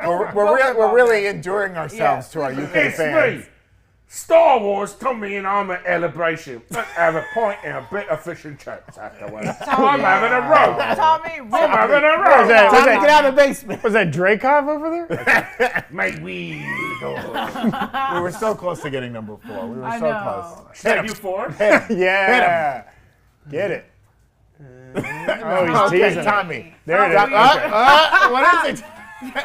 C: we're, we're, rea- we're really enduring ourselves to our UK
D: It's
C: fans.
D: me. Star Wars, Tommy and I'm an elevation. Let's have a pint and a bit of fish and chips afterwards. I'm having a roll.
B: Tommy,
D: I'm
B: Rimmer.
D: having a roll.
A: Was that, was
C: Tommy,
A: that-
C: get out of the basement.
A: was that Dracov over there?
D: Mate, we go.
C: we were so close to getting number four. We were
B: I
C: so
B: know.
C: close.
D: Thank you for it.
A: yeah. Get it. oh, he's
C: Okay,
A: teasing.
C: Tommy.
A: There it is.
B: Uh,
A: Okay.
C: Uh, what is it?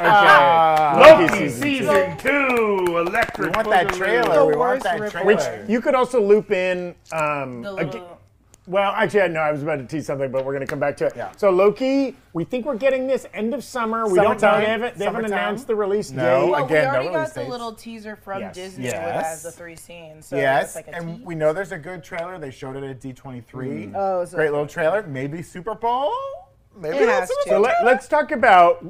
C: Uh,
A: Loki
D: Loki
A: season
D: season two, electric.
C: We want that
D: Boogaloo.
C: trailer. We
B: The
C: want
B: worst
C: that
B: ripple.
C: trailer.
A: Which you could also loop in. Um,
B: The
A: a g-
B: little-
A: well, actually, I know I was about to tease something, but we're going to come back to it.
C: Yeah.
A: So Loki, we think we're getting this end of summer. We don't know.
C: Summertime.
A: They haven't, they haven't
C: Summertime.
A: announced the release
C: No.
A: date.
B: Well,
C: Again,
B: we
C: no
B: already
C: release
B: got the
C: dates.
B: little teaser from
A: Yes.
B: Disney that
C: Yes.
B: has the three scenes. So
C: Yes,
B: it's like a
C: and
B: tease.
C: we know there's a good trailer. They showed it at
A: Mm.
C: D23.
B: Oh, so-
C: Great little trailer. Maybe Super Bowl. Maybe
E: It
C: that's
E: has
C: what they
E: to.
A: So
C: do.
A: let, us talk about.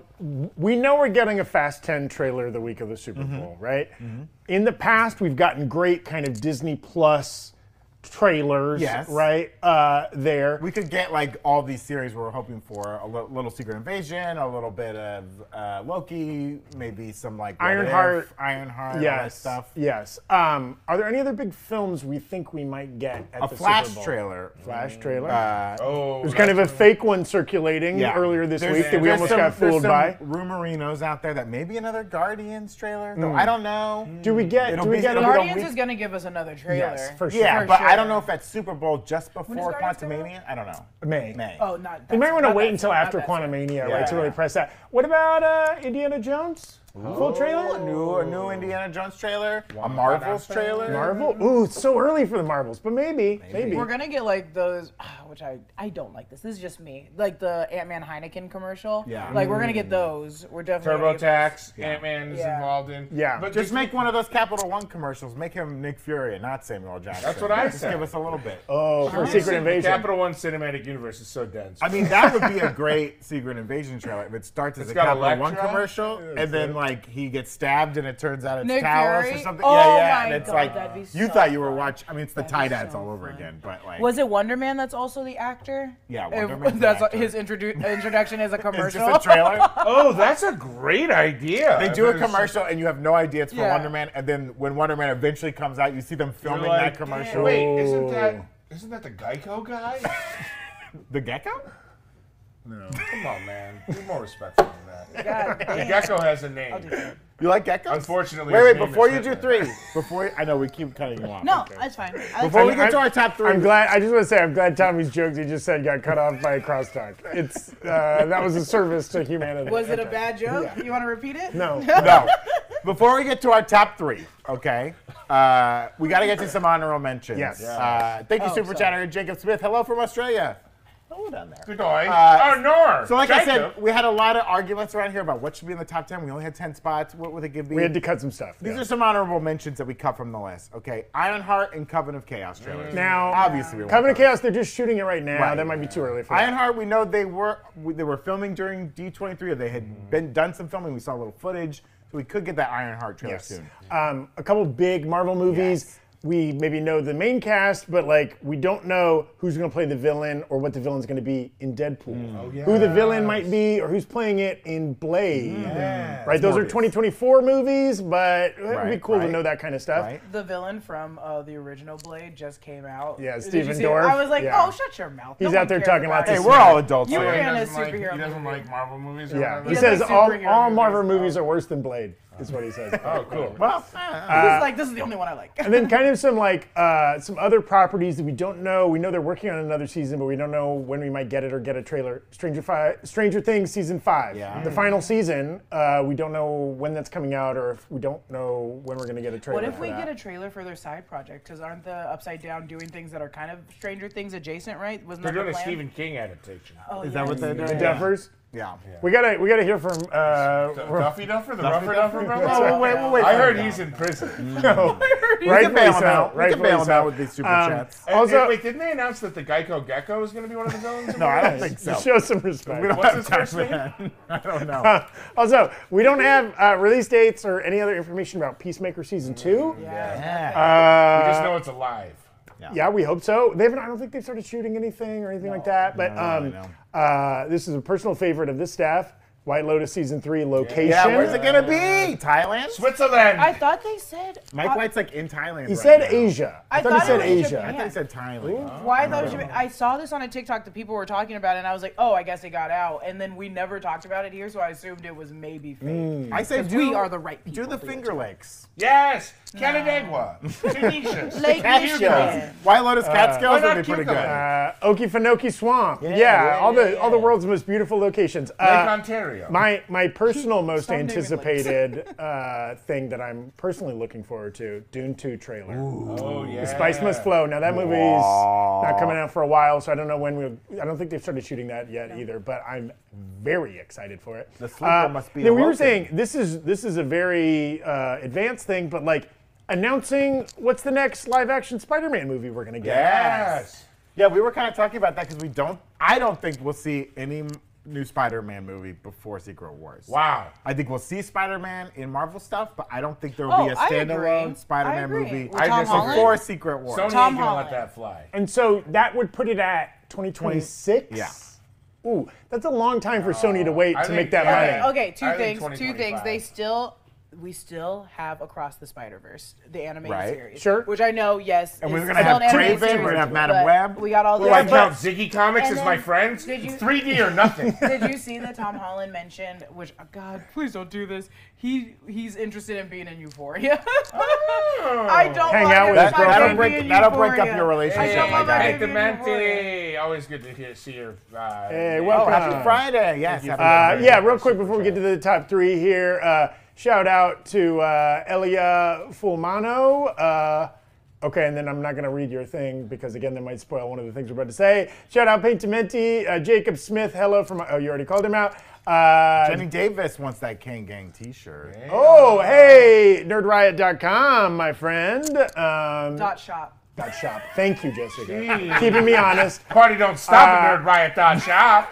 A: We know we're getting a Fast 10 trailer the week of the Super
C: Mm-hmm.
A: Bowl, right? In the past, we've gotten great kind of Disney Plus trailers,
C: Yes.
A: right? Uh, there.
C: We could get like all these series we are hoping for: a li- little Secret Invasion, a little bit of uh, Loki, maybe some like What
A: Ironheart.
C: If, Ironheart, all that
A: yes.
C: stuff.
A: Yes. Um, are there any other big films we think we might get at
C: A
A: the
C: Flash
A: Super Bowl? Mm.
C: trailer.
A: Flash trailer.
C: Uh,
D: Oh,
A: There's kind of a fake one circulating
C: yeah.
A: earlier this
C: There's-
A: week that we
C: there's
A: almost
C: some-
A: got
C: there's
A: fooled
C: some
A: by.
C: Rumorinos out there that maybe another Guardians trailer. Though
A: Mm.
C: I don't know.
A: Do we get?
C: It'll
A: do we
C: be-
A: get?
C: it'll
A: a-
C: be the
B: Guardians
C: week-
B: is going to give us another trailer.
A: Yes, for sure.
C: Yeah,
B: For
C: but I
B: sure.
C: don't know if that's Super Bowl just before
B: Guardians come out?
C: Quantumania. I don't know.
A: May.
C: May.
B: Oh, not.
A: You might
B: that's-
A: want to
B: not
A: wait
B: that
A: until
B: soon, not
A: after
B: that soon.
A: Quantumania,
C: Yeah.
A: right, to really press that. What about uh, Indiana Jones? Full trailer?
C: A new, a new Indiana Jones trailer, a Marvels trailer.
A: Marvel? Ooh, it's so early for the Marvels, but maybe, maybe.
B: We're gonna get like those, ah, which I I don't like this. This is just me, like the Ant Man Heineken commercial.
C: Yeah.
B: Like we're gonna get those. We're definitely gonna get
D: TurboTax, Ant Man is
B: Yeah.
D: involved in.
A: Yeah.
D: but
C: Just make one of those Capital One commercials. Make him Nick Fury and not Samuel L. Jackson.
D: That's what I
C: Just
D: said. Uh,
C: give us a little bit.
A: oh, for Secret
D: the
A: Invasion.
D: Capital One cinematic universe is so dense.
C: I mean, that would be a great Secret Invasion trailer if it starts as
D: It's
C: a
D: got
C: Capital One
D: Elektra.
C: commercial and then like he gets stabbed and it turns out it's
B: Nick
C: Talos
B: Fury?
C: or something.
B: Oh
C: yeah, yeah.
B: my
C: and it's
B: God,
C: like
B: that'd be
C: you
B: so
C: thought you were watching. I mean, it's the tie
B: be
C: dads
B: so
C: all over
B: fun.
C: again, but like
B: Was it Wonder Man that's also the actor?
C: Yeah,
B: If-
C: Wonder Man's the
B: that's
C: actor.
B: his introdu- introduction as a
C: it's
B: commercial.
C: just a trailer.
D: oh, that's a great idea.
C: They do a
D: There's-
C: commercial and you have no idea it's for
B: Yeah.
C: Wonder Man, and then when Wonder Man eventually comes out, you see them
D: you're
C: filming
D: like,
C: that commercial.
D: "Damn, Wait, isn't that isn't that the Geico guy?
C: The gecko?
D: no, come on, man. Be more respectful than that.
B: God damn.
D: The Gecko has a name.
C: You like geckos?
D: Unfortunately,
C: Wait,
D: his
C: wait,
D: name
C: before
D: is
C: you do
D: Hitler.
C: three, before you, I know we keep cutting you off.
B: No, that's fine. I
C: Before we
A: I'm-
C: get to our top 3
A: I'm glad. I just want to say I'm glad Tommy's jokes he just said got cut off by a crosstalk. It's uh, that was a service to humanity.
B: was it a bad joke? You want to repeat it?
A: No.
C: no. Before we get to our top three, okay, uh, we got to get to some honorable mentions.
A: Yes. Yeah.
C: Uh, thank you,
B: Oh,
C: Super
B: sorry.
C: Chatter Jacob Smith. Hello from Australia. Hello down there.
D: Good boy.
C: Uh,
D: oh, Nor.
C: So, like I
D: Jacob.
C: said, we had a lot of arguments around here about what should be in the top 10. We only had 10 spots. What would it give me?
A: We had to cut some stuff.
C: These
A: yeah.
C: are some honorable mentions that we cut from the list. Okay, Ironheart and Coven of Chaos trailers.
A: Mm. Now,
C: obviously, we want
A: Covenant
C: those.
A: Chaos, they're just shooting it right now.
C: Right.
A: That might be too early for that.
C: Ironheart, we know they were they were filming during D23, or they had
A: Mm.
C: been done some filming. We saw a little footage, so we could get that Ironheart trailer
A: Yes.
C: soon.
A: Um, a couple big Marvel movies.
C: Yes.
A: we maybe know the main cast, but like we don't know who's going to play the villain or what the villain's going to be in Deadpool. Who the villain might be or who's playing it in Blade. Right? Those are
C: Morbius.
A: 2024 movies, but it would be
C: Right,
A: cool to
C: right,
A: know that kind of stuff.
C: right.
B: The villain from uh, the original Blade just came out.
A: Yeah,
B: Did you
A: Stephen
B: see it?
A: Dorff,
B: I was like,
A: yeah.
B: oh, shut your mouth.
A: He's
B: No
A: out
B: one
A: there
B: cares
A: talking
B: about
A: lots
B: it.
A: of
C: Hey, we're all adults.
B: You
C: here.
B: were in a
D: doesn't like, he
B: superhero
D: doesn't
B: movie.
D: like Marvel movies. Or
A: Yeah.
D: whatever.
A: He
B: Yeah,
A: says
B: like
A: all,
B: superhero
A: all Marvel
B: movies.
A: movies are worse than Blade, is what he says.
D: Oh, cool.
C: Well,
B: He's like, this is the only one I like.
A: And then kind of some like uh, some other properties that we don't know. We know they're working on another season, but we don't know when we might get it or get a trailer. Stranger Fi- Stranger Things season five,
C: Yeah.
A: the final season. Uh, we don't know when that's coming out, or if we don't know when we're gonna get a trailer.
B: What if
A: for
B: we
A: that.
B: get a trailer for their side project? Because aren't the Upside Down doing things that are kind of Stranger Things adjacent, right? Wasn't
D: They're
B: that
D: doing
B: the
D: a
B: plan?
D: Stephen King adaptation.
B: Oh,
C: is that what they
B: yes.
C: do?
A: the Duffers?
C: Yeah.
A: We gotta we gotta hear from. Uh,
D: The
A: from-
D: Duffy Duffer, the Rougher Duffer, bro.
C: Oh, wait, wait, wait.
D: I heard he's in prison.
C: Right,
A: rightfully
C: bail him
A: so,
C: out. We can
A: rightfully
C: bail him
A: so.
C: out with these super
A: Um,
C: chats.
D: And- and
A: Also-
D: wait, didn't they announce that the Geico Gecko is going to be one of the villains?
C: No, I don't think so.
A: Show some respect.
C: We don't
D: What's
C: have
D: his
C: time
D: first
C: for
D: name?
C: that. I don't know.
A: Also, we don't have uh, release dates or any other information about Peacemaker season two.
B: Yeah.
D: we just know it's alive.
A: Yeah, we hope so. They haven't. I don't think they've started shooting anything or anything like that. But um, uh, this is a personal favorite of this staff. White Lotus season three location.
C: yeah, where's it gonna be? Thailand?
D: Switzerland.
B: I thought they said. uh,
C: Mike
B: I-
C: White's like in Thailand.
A: He
C: right
A: said
C: now.
A: Asia. I,
B: I
A: thought he
B: thought
A: said
B: it was
A: Asia.
C: I
B: Japan.
C: thought he said Thailand.
B: Why I thought it should be, I saw this on a TikTok that people were talking about, it, and I was like, oh, I guess it got out. And then we never talked about it here, so I assumed it was maybe fake.
C: I say do,
B: we are the right people.
C: do the
B: for
C: Finger Lakes.
D: yes,
B: Uh,
D: Canandaigua, Tunisia.
B: Lake
C: Catskills.
B: Michigan.
C: Uh, Why Lotus Catskills
D: why
C: would be
D: not
C: pretty good.
D: Cucumber?
A: Uh, Okefenokee Swamp. Yeah,
C: yeah,
A: all the
C: yeah,
A: all the world's most beautiful locations.
D: Lake
A: Uh,
D: Ontario.
A: my my personal most
B: Stop naming lakes.
A: anticipated uh, thing that I'm personally looking forward to: Dune Two trailer.
D: oh yeah.
A: Spice Must Flow. Now that movie's not coming out for a while, so I don't know when we. I don't think they've started shooting that yet either. But I'm very excited for it.
C: The sleeper must be
A: Then we were
C: awoken.
A: saying this is this is a very uh, advanced thing, but like announcing what's the next live action Spider-Man movie we're gonna get.
D: Yes.
C: Yeah, we were kind of talking about that because we don't. I don't think we'll see any m- new Spider-Man movie before Secret Wars.
D: Wow.
C: I think we'll see Spider-Man in Marvel stuff, but I don't think there will be
B: Oh,
C: a
B: I agree.
C: standalone
B: I
C: Spider-Man
B: agree.
C: movie
B: With Tom
D: just-
B: Holland?
C: before Secret Wars.
D: Sony
B: Tom
D: ain't gonna let
B: Holland.
D: that fly.
A: And so that would put it at 2026.
C: Yeah.
A: Ooh, that's a long time for Sony to wait
D: Oh, I
A: to
D: think-
A: make that
D: yeah.
A: money.
B: Okay, okay, two
D: I think
B: things. Two things. They
D: 2025.
B: still, we still have Across the Spider Verse, the animated
C: Right.
B: series.
A: Sure.
B: Which I know, yes.
C: And
B: is
C: we're gonna
B: still
C: have
B: an animated
C: Kraven, we're gonna
B: series,
C: have Madam
B: but
C: Web.
B: We got all
D: Do
B: the.
D: I
B: but
D: count Ziggy Comics
B: and
D: as my
B: then-
D: friends?
B: did you-
D: It's 3D or nothing.
B: Did you see that Tom Holland mentioned? Which oh God, please don't do this. He he's interested in being in Euphoria. I don't
A: Hang
B: want
A: out
B: him
A: with his
B: if I
A: girlfriend.
B: can
A: That'll
B: be
C: break-
B: in
C: that'll break up
B: Euphoria.
C: your
B: I
C: relationship,
B: don't
C: my
B: want my
C: guy.
B: baby in Euphoria.
D: Dementi. Always good to hear, see your. Uh,
A: Hey,
D: name.
A: well-
C: oh,
A: Uh,
C: happy Friday! Yes, happy
A: Uh,
C: Friday.
A: yeah, real quick before we get to the top three here, uh, shout out to uh, Elia Fulmano. Uh, okay, and then I'm not going to read your thing because, again, that might spoil one of the things we're about to say. Shout out Paint Dementi, uh, Jacob Smith, hello from, oh, you already called him out. Uh,
C: Jenny Davis wants that Kang Gang T-shirt.
A: oh, hey, nerdriot.com, my friend. Um,
B: Dot shop.
A: dot shop. Thank you, Jessica. Keeping me honest.
D: Party don't stop
A: Uh,
D: at Nerd Riot Dot Shop.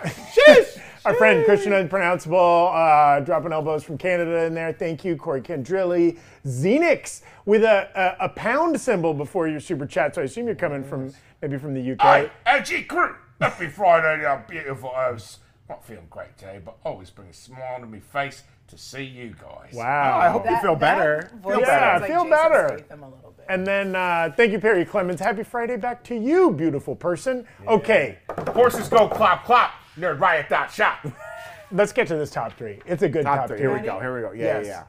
A: Our friend Christian Unpronounceable, uh, dropping elbows from Canada in there. Thank you, Corey Kendrilli. Xenix with a, a, a pound symbol before your super chat. So I assume you're coming from maybe from the UK.
D: Hey, LG crew. Happy Friday, you beautiful hosts. Not feeling great today, but always bring a smile to my face to see you guys.
A: Wow.
C: I hope you feel better.
B: That
C: Feel
B: voice
A: Yeah,
B: sounds like
A: feel
B: Jason
A: better.
B: Statham a little bit.
A: And then uh, thank you, Perry Clemens. Happy Friday back to you, beautiful person. Okay,
D: Horses go clop clop. Nerd Riot Dot Shop.
A: let's get to this top three. It's a good top,
C: better. Here we go. Here we go. Yeah,
A: Yes.
C: yeah.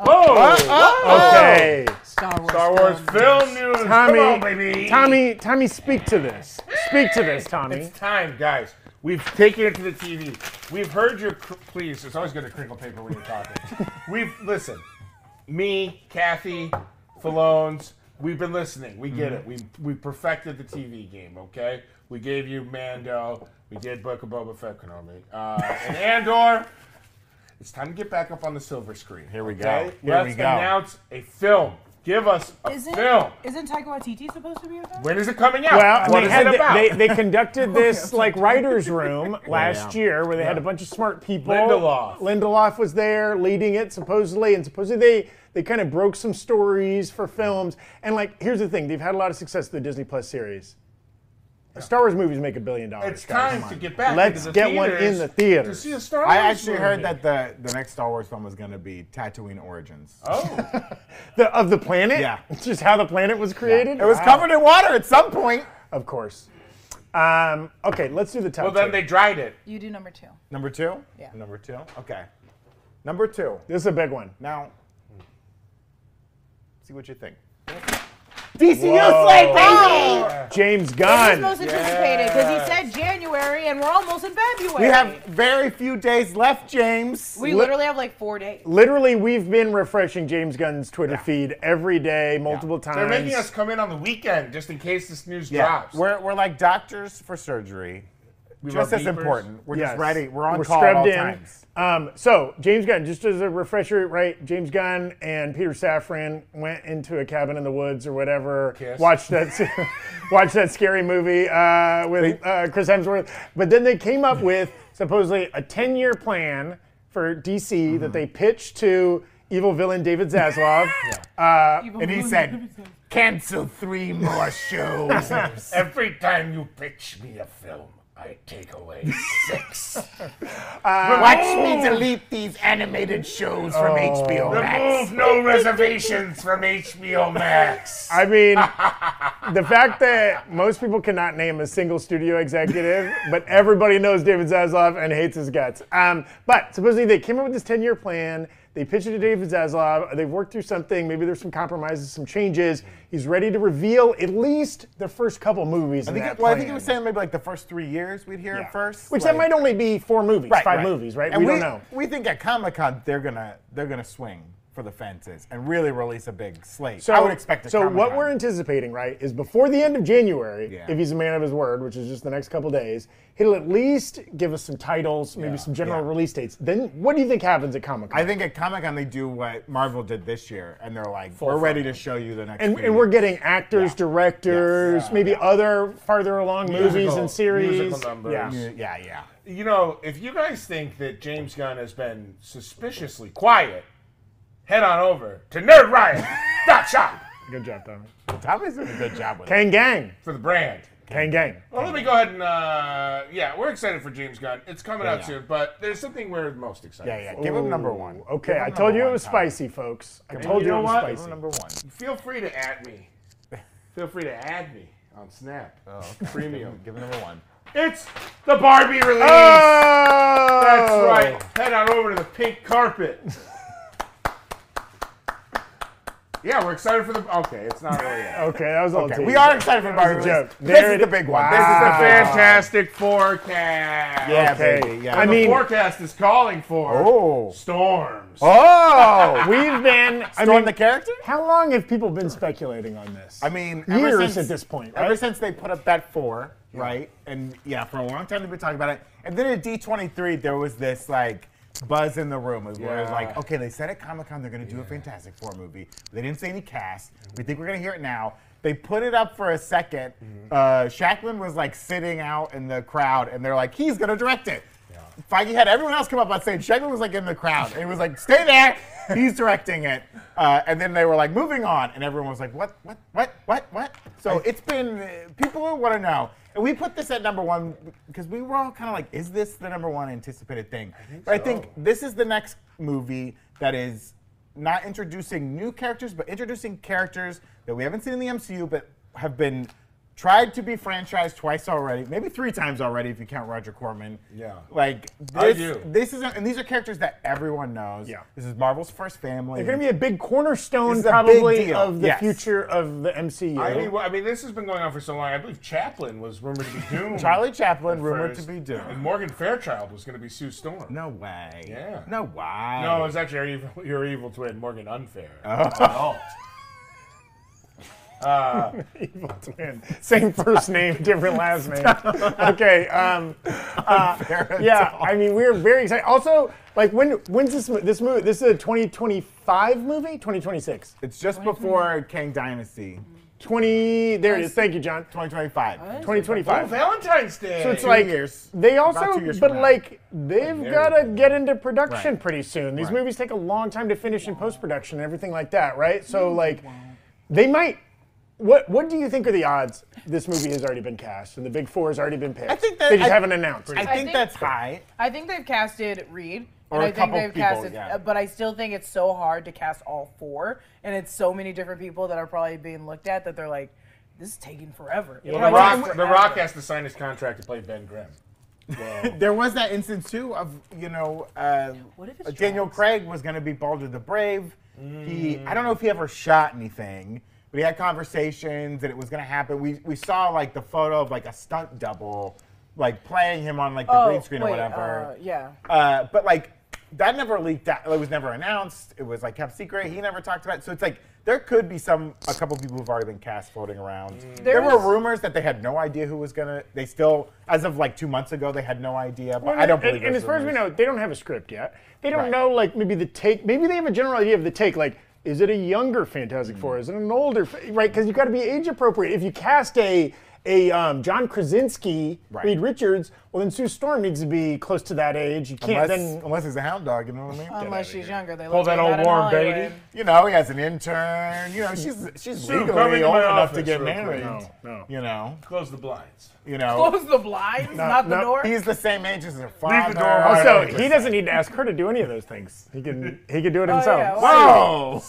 A: Oh, Okay.
B: Star Wars.
D: Oh, Star Wars film news.
A: Tommy,
D: Oh! Come on, baby.
A: Tommy, Tommy, speak to this. Speak to this, Tommy.
D: It's time, guys. We've taken it to the TV. We've heard your cr- please. It's always good to crinkle paper when you're talking. We've listen. Me, Kathy, Falones. We've been listening. We get it. We we perfected the TV game. Okay. We gave you Mando. We did Book of Boba Fett, Konami, uh, and Andor. It's time to get back up on the silver screen. Here
C: we go. Here
D: Let's
C: we go.
D: announce a film. Give us a
B: Isn't
D: film.
B: isn't Taika Waititi supposed to be with us?
D: When is it coming out?
A: Well,
D: what
A: they,
D: is
A: had
D: it
A: the-
D: about?
A: they, they conducted this like writers' room last
C: Yeah.
A: year where they had a bunch of smart people.
D: Lindelof.
A: Lindelof was there leading it supposedly, and supposedly they they kind of broke some stories for films. And like, here's the thing: they've had a lot of success with the Disney Plus series. Star Wars movies make a billion dollars.
D: it's
A: guys.
D: time to get back.
A: Let's
D: into the
A: get one
D: theaters
A: in the
D: To
A: theaters.
D: see a Star Wars
C: I actually
D: movie.
C: heard that the, the next Star Wars film was going to be Tatooine Origins.
D: Oh,
A: The, of the planet?
C: Yeah.
A: Just how the planet was created?
C: It was
A: Wow.
C: covered in water at some point.
A: Of course. Um, okay, let's do the top
D: well then
A: two.
D: they dried it.
E: You do number two.
C: Number two?
B: Yeah.
C: Number two? Okay. Number two.
A: this is a big one.
C: Now, see what you think.
A: DCU Slate, James
B: This is
A: Gunn.
B: most anticipated because he said January and we're almost in February.
C: We have very few days left, James.
B: We literally have like four days.
A: Literally, we've been refreshing James Gunn's Twitter feed every day, multiple times.
D: They're making us come in on the weekend just in case this news drops.
C: We're, we're like doctors for surgery. just
D: are
C: as
D: beepers.
C: important. We're
A: Yes.
C: just ready. We're on
A: We're
C: call at
A: scrubbed
C: all
A: in.
C: times.
A: Um, so James Gunn, just as a refresher, right? James Gunn and Peter Safran went into a cabin in the woods or whatever.
D: Kiss.
A: Watched that, watched that scary movie uh, with uh, Chris Hemsworth. But then they came up with supposedly a ten-year plan for DC
C: Mm-hmm.
A: that they pitched to evil villain David Zaslav.
C: And he said, cancel three more shows.
D: Every time you pitch me a film, I take away six. Watch
C: me delete these animated shows
A: Oh.
C: from HBO
D: Remove no reservations from HBO Max.
A: I mean, the fact that most people cannot name a single studio executive, but everybody knows David Zaslav and hates his guts. Um, but supposedly they came up with this 10 year plan. They pitched it to David Zaslav. They've worked through something. Maybe there's some compromises, some changes. He's ready to reveal at least the first couple movies.
C: I
A: in
C: think,
A: that
C: it, well, I think he
A: plan.
C: was saying maybe like the first three years we'd hear it first.
A: Which
C: like,
A: that might only be four movies,
C: Right,
A: five movies, right?
C: And
A: we, don't know.
C: We think at Comic Con they're gonna they're gonna swing for the fences and really release a big slate. I would expect. at
A: So what
C: Comic-Con.
A: we're anticipating, right, is before the end of January,
C: Yeah.
A: if he's a man of his word, which is just the next couple days, he'll at least give us some titles, maybe
C: Yeah,
A: some general
C: yeah.
A: release dates. Then what do you think happens at Comic
C: I
A: Con?
C: think at Comic Con they do what Marvel did this year, and they're like, we're ready to show you the next.
A: And,
C: few
A: and we're
C: years."
A: getting actors,
C: Yeah.
A: directors,
C: Yes.
A: maybe other farther along movies
D: Musical-
A: and series.
D: musical numbers.
A: Yeah.
C: Yeah, yeah.
D: You know, if you guys think that James Gunn has been suspiciously quiet, head on over to nerdriot.shop
A: Good job, Tommy.
C: Tommy's doing a good job with it.
A: Kang Gang.
D: for the brand.
A: Kang Gang.
D: Well, let me go ahead and, uh, yeah, we're excited for James Gunn. It's coming out
C: yeah.
D: soon, but there's something we're most excited
C: Yeah, yeah.
D: for.
C: Give him number one.
A: Okay,
C: Give him
A: I told
C: number
A: you it
C: one,
A: was
C: Tommy.
A: spicy, folks. I told you,
D: you know
A: it was
D: what?
C: Give him
A: spicy.
C: number one.
D: Feel free to add me. Feel free to add me on Snap.
C: Oh,
D: Premium.
C: Give him number one.
D: It's the Barbie release.
A: Oh!
D: That's right. Head on over to the pink carpet. yeah, we're excited for the. Okay, it's not really. That.
A: Okay, that was all.
C: Okay,
A: teased.
C: we are excited for Barbie.
A: joke.
C: Release. This
A: There
C: is
A: it-
C: the big one. This is
A: Wow.
C: the fantastic.
D: Fantastic forecast.
C: Yeah,
A: Okay.
C: baby. Yeah.
A: I
D: The
A: mean-
D: forecast is calling for
C: Oh.
D: storms.
C: Oh.
A: We've been. I
C: Storm
A: mean,
C: the character?
A: How long have people been speculating on this?
C: I mean, ever
A: years
C: since,
A: at this point,
C: Ever
A: right?
C: since they put up that four, right? And yeah, for a long time they've been talking about it. And then at D23, there was this like buzz in the room of where it was
D: Yeah.
C: like, okay, they said at Comic Con they're going to do a Fantastic Four movie. They didn't say any cast. We think we're going to hear it now. They put it up for a 2nd
A: Mm-hmm.
C: Uh, Shacklin was like sitting out in the crowd, and they're like, he's going to direct it. Feige had everyone else come up on stage. Shacklin was like in the crowd. And he was like, stay there. He's directing it. Uh, and then they were like, moving on. And everyone was like, what, what, what, what, what? So it's been, uh, people want to know. And we put this at number one because we were all kind of like, is this the number one anticipated thing? but I think this is the next movie that is not introducing new characters, but introducing characters that we haven't seen in the MCU, but have been tried to be franchised twice already, maybe three times already if you count Roger Corman.
D: Yeah.
C: Like
D: I
C: this,
D: do.
C: this is, and these are characters that everyone knows.
A: Yeah.
C: This is Marvel's first family.
A: They're going to be a big cornerstone,
C: This is a big
A: probably,
C: deal.
A: of the
C: Yes.
A: future of the MCU.
D: I mean, well, I mean, this has been going on for so long. I believe Chaplin was rumored to be doomed.
C: Charlie Chaplin,
D: at
C: rumored
D: first,
C: to be
D: And
C: doomed.
D: Morgan Fairchild was going to be Sue Storm.
C: No way.
D: Yeah.
C: No way.
D: No,
C: Oh.
D: it's actually your evil, your evil twin, Morgan Unfair.
A: Evil twin. Same first name, different last name. Okay. Um, uh, yeah, I mean, we're very excited. Also, like, when when's this mo- this movie? This is a 2025 movie? 2026?
C: It's just before Kang Dynasty,
A: 20. There it is. Thank you, John.
C: 2025.
A: 2025.
D: Oh, Valentine's Day.
A: So it's like
C: years.
A: they also,
C: two years
A: but
C: from now.
A: like they've
D: there
A: got
D: you
A: to get into production
C: Right.
A: pretty soon. These
C: Right.
A: movies take a long time to finish in post production and everything like that, right? So like they might. What What do you think are the odds this movie has already been cast and the big four has already been picked?
C: I think that-
A: they just
C: I-
A: haven't announced.
C: I think
B: think-
C: that's high.
B: I think they've casted Reed.
C: Or
B: and
C: a
B: I think
C: couple
B: they've
C: people,
B: casted,
C: yeah.
B: uh, but I still think it's so hard to cast all four, and it's so many different people that are probably being looked at that they're like, "This is taking forever."
D: Well,
B: Like,
D: the Rock,
B: forever.
D: the Rock has to sign his contract to play Ben Grimm.
C: There was that instance too of you know uh,
B: What if it's
C: Daniel
B: Drax?
C: Craig was going to be Baldur the Brave. He I don't know if he ever shot anything, but he had conversations and it was going to happen. We we saw like the photo of like a stunt double, like playing him on like the green screen or
B: Oh, wait, uh,
C: whatever.
B: yeah.
C: Uh, but like that never leaked out. It was never announced. It was like kept secret. He never talked about it. So it's like there could be some a couple people who've already been cast floating around.
A: Mm.
C: There,
B: There
C: were
B: is-
C: rumors that they had no idea who was gonna. They still, as of like two months ago, they had no idea. But
A: Well,
C: I don't
A: and-
C: believe.
A: And, and
C: those
A: as far as we
C: rumors.
A: know, they don't have a script yet. They don't
C: Right.
A: know like maybe the take. Maybe they have a general idea of the take. Like, is it a younger Fantastic
C: Hmm.
A: Four? Is it an older? fa- Right? Because you got to be age appropriate. If you cast a a um, John Krasinski,
C: Right.
A: Reed Richards, well then Sue Storm needs to be close to that age. You can't
C: unless,
A: then. Um,
C: unless he's a hound dog, you know what I mean?
B: Unless she's younger, they
D: Pull
B: look
D: that
B: like
D: old
B: in
D: warm
B: Hollywood.
D: baby.
C: You know, he has an intern. You know, she's she's
D: Sue, come
C: legally
D: into
C: old
D: my
C: enough to
D: office
C: get
D: real quick.
C: married.
D: No, no.
C: You know,
D: Close the blinds.
C: you know.
B: Close the blinds, not the
A: no,
B: door.
C: He's the same age as her father.
D: door wide
A: Also,
D: Right,
A: Oh, he doesn't need to ask her to do any of those things. He can he can do
C: Oh,
A: it himself.
B: yeah, well-
C: Whoa!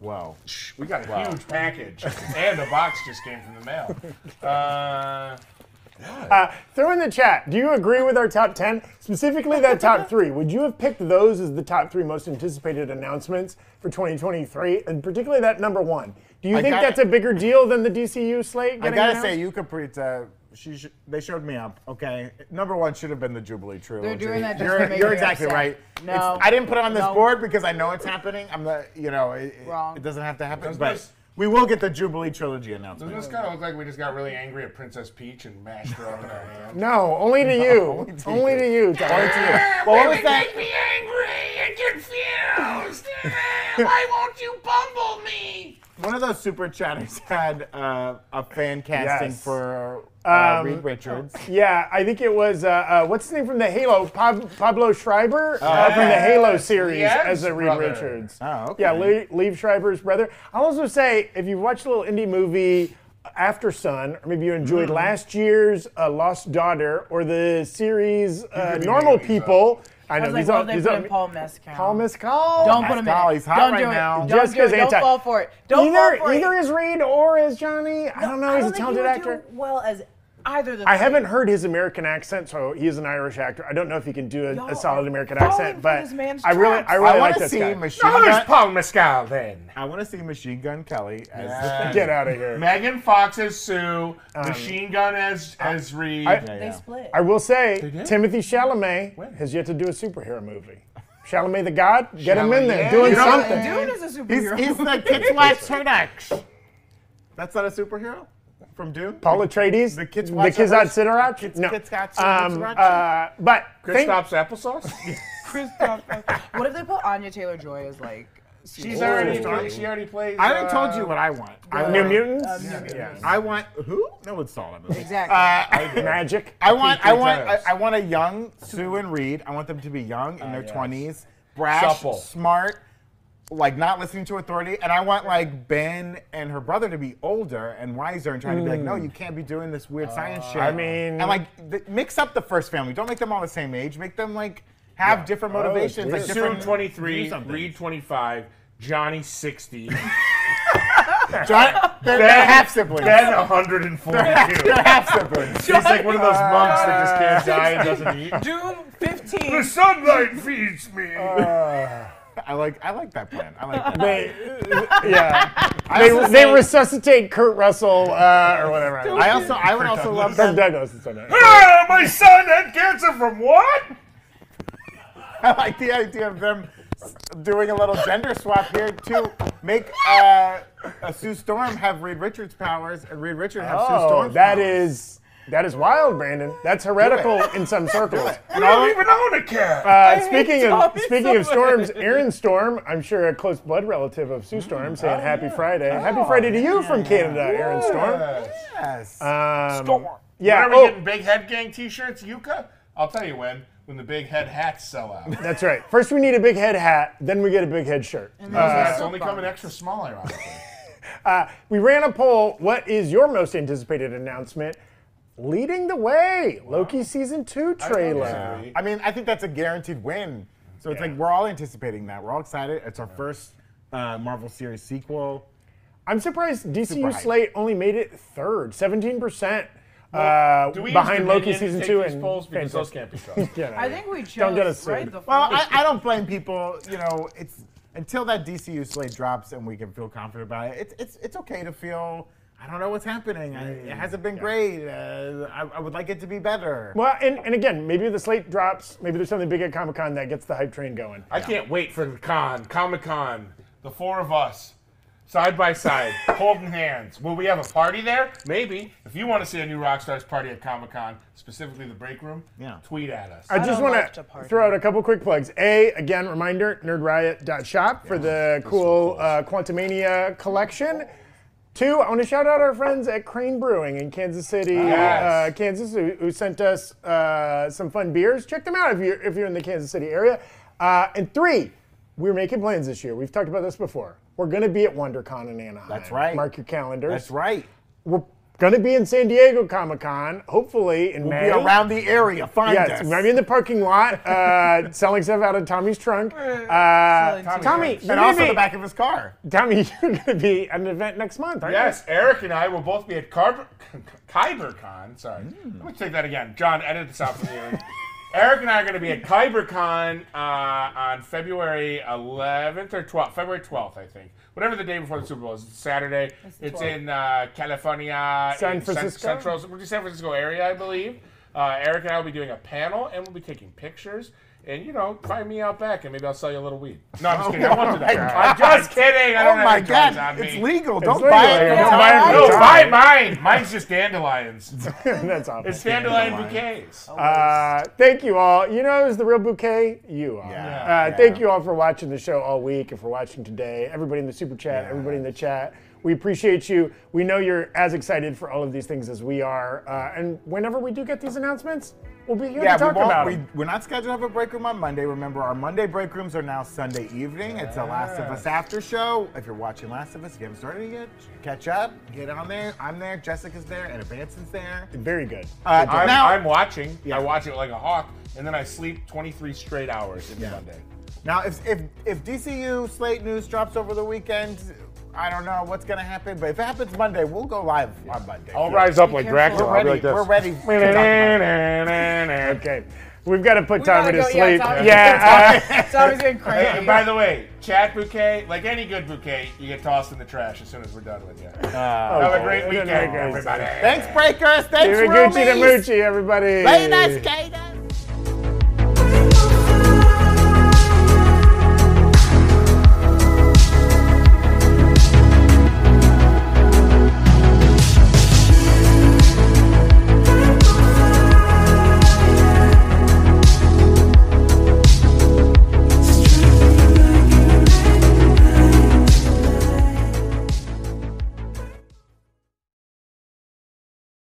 C: Whoa.
D: We got a huge package, and a box just came from the mail. Uh,
A: Throw in the chat. Do you agree with our top ten, specifically that top three? Would you have picked those as the top three most anticipated announcements for 2023, and particularly that number one? Do you
C: I
A: think
C: gotta-
A: that's a bigger deal than the DCU slate?
C: I
A: Getting
C: gotta
A: announced?
C: say, you Caprita, she sh- they showed me up. Okay, number one should have been the Jubilee Trilogy.
B: They're doing that just
C: You're,
B: to make
C: you're
B: you
C: exactly
B: upset.
C: right.
B: No.
C: It's- I didn't put it on this
B: No.
C: board because I know it's happening. I'm the, you know, it, it-
B: Wrong.
C: it doesn't have to happen.
D: Doesn't
C: But
D: this-
C: we will get the Jubilee Trilogy
D: doesn't
C: announcement.
D: this kind of look like we just got really angry at Princess Peach and mashed her up in our hand?
A: no, only to you, only to you. Tyler.
C: Well, what was that?
F: make me angry and confused. Why won't you bumble me?
C: One of those super chatters had uh, a fan casting
A: Yes.
C: for uh,
A: Um,
C: Reed Richards.
A: Yeah, I think it was uh, uh, what's his name from the Halo, Pab- Pablo Schreiber uh, from the Halo series
D: Yes,
A: as a Reed
D: brother.
A: Richards.
C: Oh, okay.
A: Yeah, Lee, Lee Schreiber's brother. I'll also say, if you watched a little indie movie, uh, After Sun, or maybe you enjoyed
D: Mm-hmm.
A: last year's uh, Lost Daughter, or the series uh,
D: could be
A: Normal
D: making these
A: People. I
B: I
A: know
B: was
A: these
B: like, well,
A: are
B: they
A: these
B: put
A: are
B: in Paul Mescal.
A: Paul Mescal.
B: Don't put him
C: Mescal,
B: in.
C: he's hot
B: don't
C: right
B: do it.
C: now.
B: Don't do it.
A: Jessica's
B: Don't
A: anti-
B: fall for it. Don't
A: either
B: fall for
A: either
B: it.
A: as Reed or as Johnny. I don't know. He's a
B: think he
A: talented
B: would do
A: actor.
B: well as either of the
A: I haven't heard his American accent, so he is an Irish actor. I don't know if he can do a, a
B: Y'all
A: solid
B: are
A: American
B: falling
A: accent,
B: for
A: but
B: this man's
A: I really, I
B: traps.
A: really
C: I
A: like
C: want to
A: this
C: see
A: guy.
C: Machine
D: Oh, there's
C: Gun.
D: Paul Mescal then.
C: I want to see Machine Gun Kelly as
D: Yeah.
A: Get out of here.
D: Megan Fox as Sue, Machine Gun as as Reed.
A: I-
C: Yeah,
B: They
C: yeah.
B: split.
A: I will say,
D: did?
A: Timothy Chalamet has yet to do a superhero movie. Chalamet the God, get him in there,
D: Chalamet.
A: doing
D: You know,
A: something.
B: Dude is a
C: He's,
B: superhero.
C: he's the Kids Watch Turdox. That's not a superhero from Dune.
A: Paul Atreides, the
C: kids
A: the
C: watch
A: kids
C: it.
A: on Sidorov.
C: Kids-
A: no,
C: kids got
A: um,
C: Sidorov.
A: uh, but thank-
D: Kristaps applesauce.
B: what if they put Anya Taylor Joy as like?
D: She's
B: Sue?
D: already
C: Ooh.
D: played- she already plays.
C: I already
D: uh,
C: told you what I want. I
A: New
C: want,
A: Mutants,
C: I want who? No one's saw that movie.
B: Exactly.
A: Uh, Magic.
C: I want. I
D: Teen
C: want. I,
D: Titans.
C: I want a young Sue and Reed. I want them to be young in their
D: yes.
C: twenties, brash,
D: Supple.
C: smart, like not listening to authority. And I want like Ben and her brother to be older and wiser and trying to be like, no, you can't be doing this weird science shit.
A: I mean-
C: and like th- mix up the first family. Don't make them all the same age. Make them like have different motivations. like
D: Sue
C: different.
D: 23,
C: something.
D: Reed 25, Johnny 60,
C: John, they're, they're half siblings.
D: Ben 142.
C: They're half siblings.
D: He's like one of those monks that just can't die and doesn't eat.
B: Doom 15.
D: sunlight feeds me.
C: I like. I like that plan. I like that.
A: They, yeah,
C: I
A: they,
C: also
A: they
C: say-
A: resuscitate Kurt Russell uh, or whatever. I don't know.
C: I also. I would also love
A: Kirk
C: them.
A: Douglas. It's okay.
D: ah, my son had cancer from what?
C: I like the idea of them doing a little gender swap here too. Make uh, a Sue Storm have Reed Richards powers, and Reed Richards have Sue
A: Oh,
C: Storm.
A: that is that is wild, Brandon. That's heretical in some circles.
D: I don't even own a cat.
A: Uh, speaking of
B: Tommy
A: speaking
B: so
A: of storms,
B: much.
A: Aaron Storm, I'm sure a close blood relative of Sue Storm, saying Happy Friday. Happy Friday to you from Canada, Aaron Storm.
C: Yes.
A: Um, Yeah.
D: Yeah. Whenever
A: Oh,
D: we getting Big Head Gang t-shirts, Yuka? I'll tell you when. When the Big Head hats sell out.
A: that's right. First we need a big head hat, then we get a big head shirt. Uh,
D: That's Uh, only coming extra small, ironically.
A: We ran a poll. What is your most anticipated announcement? Leading the way, Loki season two trailer.
D: Yeah.
C: I mean, I think that's a guaranteed win. So it's like we're all anticipating that. We're all excited. It's our first uh, Marvel series sequel.
A: I'm surprised
C: Super
A: DCU
C: hype.
A: slate only made it third, 17 percent uh,
D: Do we use
A: behind Loki
D: Dominion to
A: season
D: take
A: two
D: these
A: and
D: polls because those
A: Fantastic.
D: can't be trusted.
A: Yeah, no,
B: I
A: yeah.
B: think we chose
A: Don't get us
B: right
A: sued.
B: the
C: Well,
B: first-
C: I, I don't blame people. You know, it's until that DCU slate drops and we can feel confident about it. It's it's it's okay to feel. I don't know what's happening. I,
A: Mm,
C: it hasn't been great. Uh, I, I would like it to be better.
A: Well, and, and again, maybe the slate drops. Maybe there's something big at Comic Con that gets the hype train going.
D: I can't wait for con, Comic Con, the four of us, side by side, holding hands. Will we have a party there? Maybe. If you want to see a new Rockstars party at Comic Con, specifically the break room,
C: Yeah.
D: tweet at us.
A: I just
B: don't
A: want
B: like
A: to
B: to party.
A: throw out a couple quick plugs. A, again, reminder nerdriot.shop for the cool uh, Quantumania collection. Two, I want to shout out our friends at Crane Brewing in Kansas City,
D: Yes.
A: uh, Kansas, who, who sent us uh, some fun beers. Check them out if you're, if you're in the Kansas City area. Uh, and three, we're making plans this year. We've talked about this before. We're going to be at WonderCon in Anaheim.
C: That's right.
A: Mark your calendars.
C: That's right.
A: We're going to be in San Diego Comic Con, hopefully in May.
C: Be around the area. Find
A: Yes,
C: us.
A: maybe in the parking lot, uh, selling stuff out of Tommy's trunk.
B: Selling
A: Uh,
B: to-
A: Tommy,
C: and
A: you
C: also
A: may
C: the
A: be-
C: back of his car.
A: Tommy, you're going to be at an event next month, aren't
D: Yes, Eric and I will both be at Carver, KyberCon. Sorry.
C: Hmm.
D: Let me take that again. John, edit this out for you. Eric and I are going to be at KyberCon uh, on February 11th or 12th, February 12th, I think. Whatever the day before the Super Bowl is. It's Saturday. It's in uh, California.
A: San
D: in
A: Francisco?
D: Central, we're in San Francisco area, I believe. Uh, Eric and I will be doing a panel, and we'll be taking pictures. And, you know, find me out back, and maybe I'll sell you a little weed. No, I'm just kidding. I won't do that. I'm just kidding. I
C: Oh
D: don't have
C: my
D: any drugs
C: God!
D: on me.
C: It's legal. Don't
A: legal
C: buy
A: here.
C: it.
A: Don't buy it.
D: No,
A: Yeah.
D: buy mine. Mine's just dandelions.
A: you? That's awful.
D: It's dandelion bouquets.
A: Uh, thank you all. You know who's the real bouquet? You are.
C: Yeah.
A: Uh, Thank you all for watching the show all week and for watching today. Everybody in the super chat, everybody in the chat. We appreciate you. We know you're as excited for all of these things as we are. Uh, and whenever we do get these announcements, we'll be here
C: Yeah,
A: to talk
C: we won't,
A: about
C: we,
A: them.
C: We're not scheduled to have a break room on Monday. Remember, our Monday break rooms are now Sunday evening. It's a Last of Us after show. If you're watching Last of Us, if you haven't started it yet, catch up. Get on there. I'm there. Jessica's there. Anna Banson's there.
A: Very good.
C: Uh,
D: I'm,
C: now,
D: I'm watching. I watch it like a hawk, and then I sleep 23 straight hours in Monday.
C: now if, if if DCU slate news drops over the weekend, I don't know what's gonna happen. But if it happens Monday, we'll go live on Monday.
D: I'll rise up like
B: careful.
D: Dracula.
C: Oh, We're
D: I'll
C: ready.
D: be like this.
C: We're ready. to talk about it.
D: ready.
A: Okay. We've got to put
B: We
A: Tommy
B: gotta
A: to
B: go- yeah,
A: sleep.
B: Tommy-
A: Yeah. uh,
B: Tommy's getting crazy.
D: and by the way, chat bouquet, like any good bouquet, you get tossed in the trash as soon as we're done with you.
C: Uh,
D: Have a
A: okay.
D: great
A: Good
D: weekend,
A: night, guys.
D: everybody.
C: Thanks, breakers. Thanks,
A: Gucci to
C: roomies.
A: Moochie, everybody.
C: Late night skaters.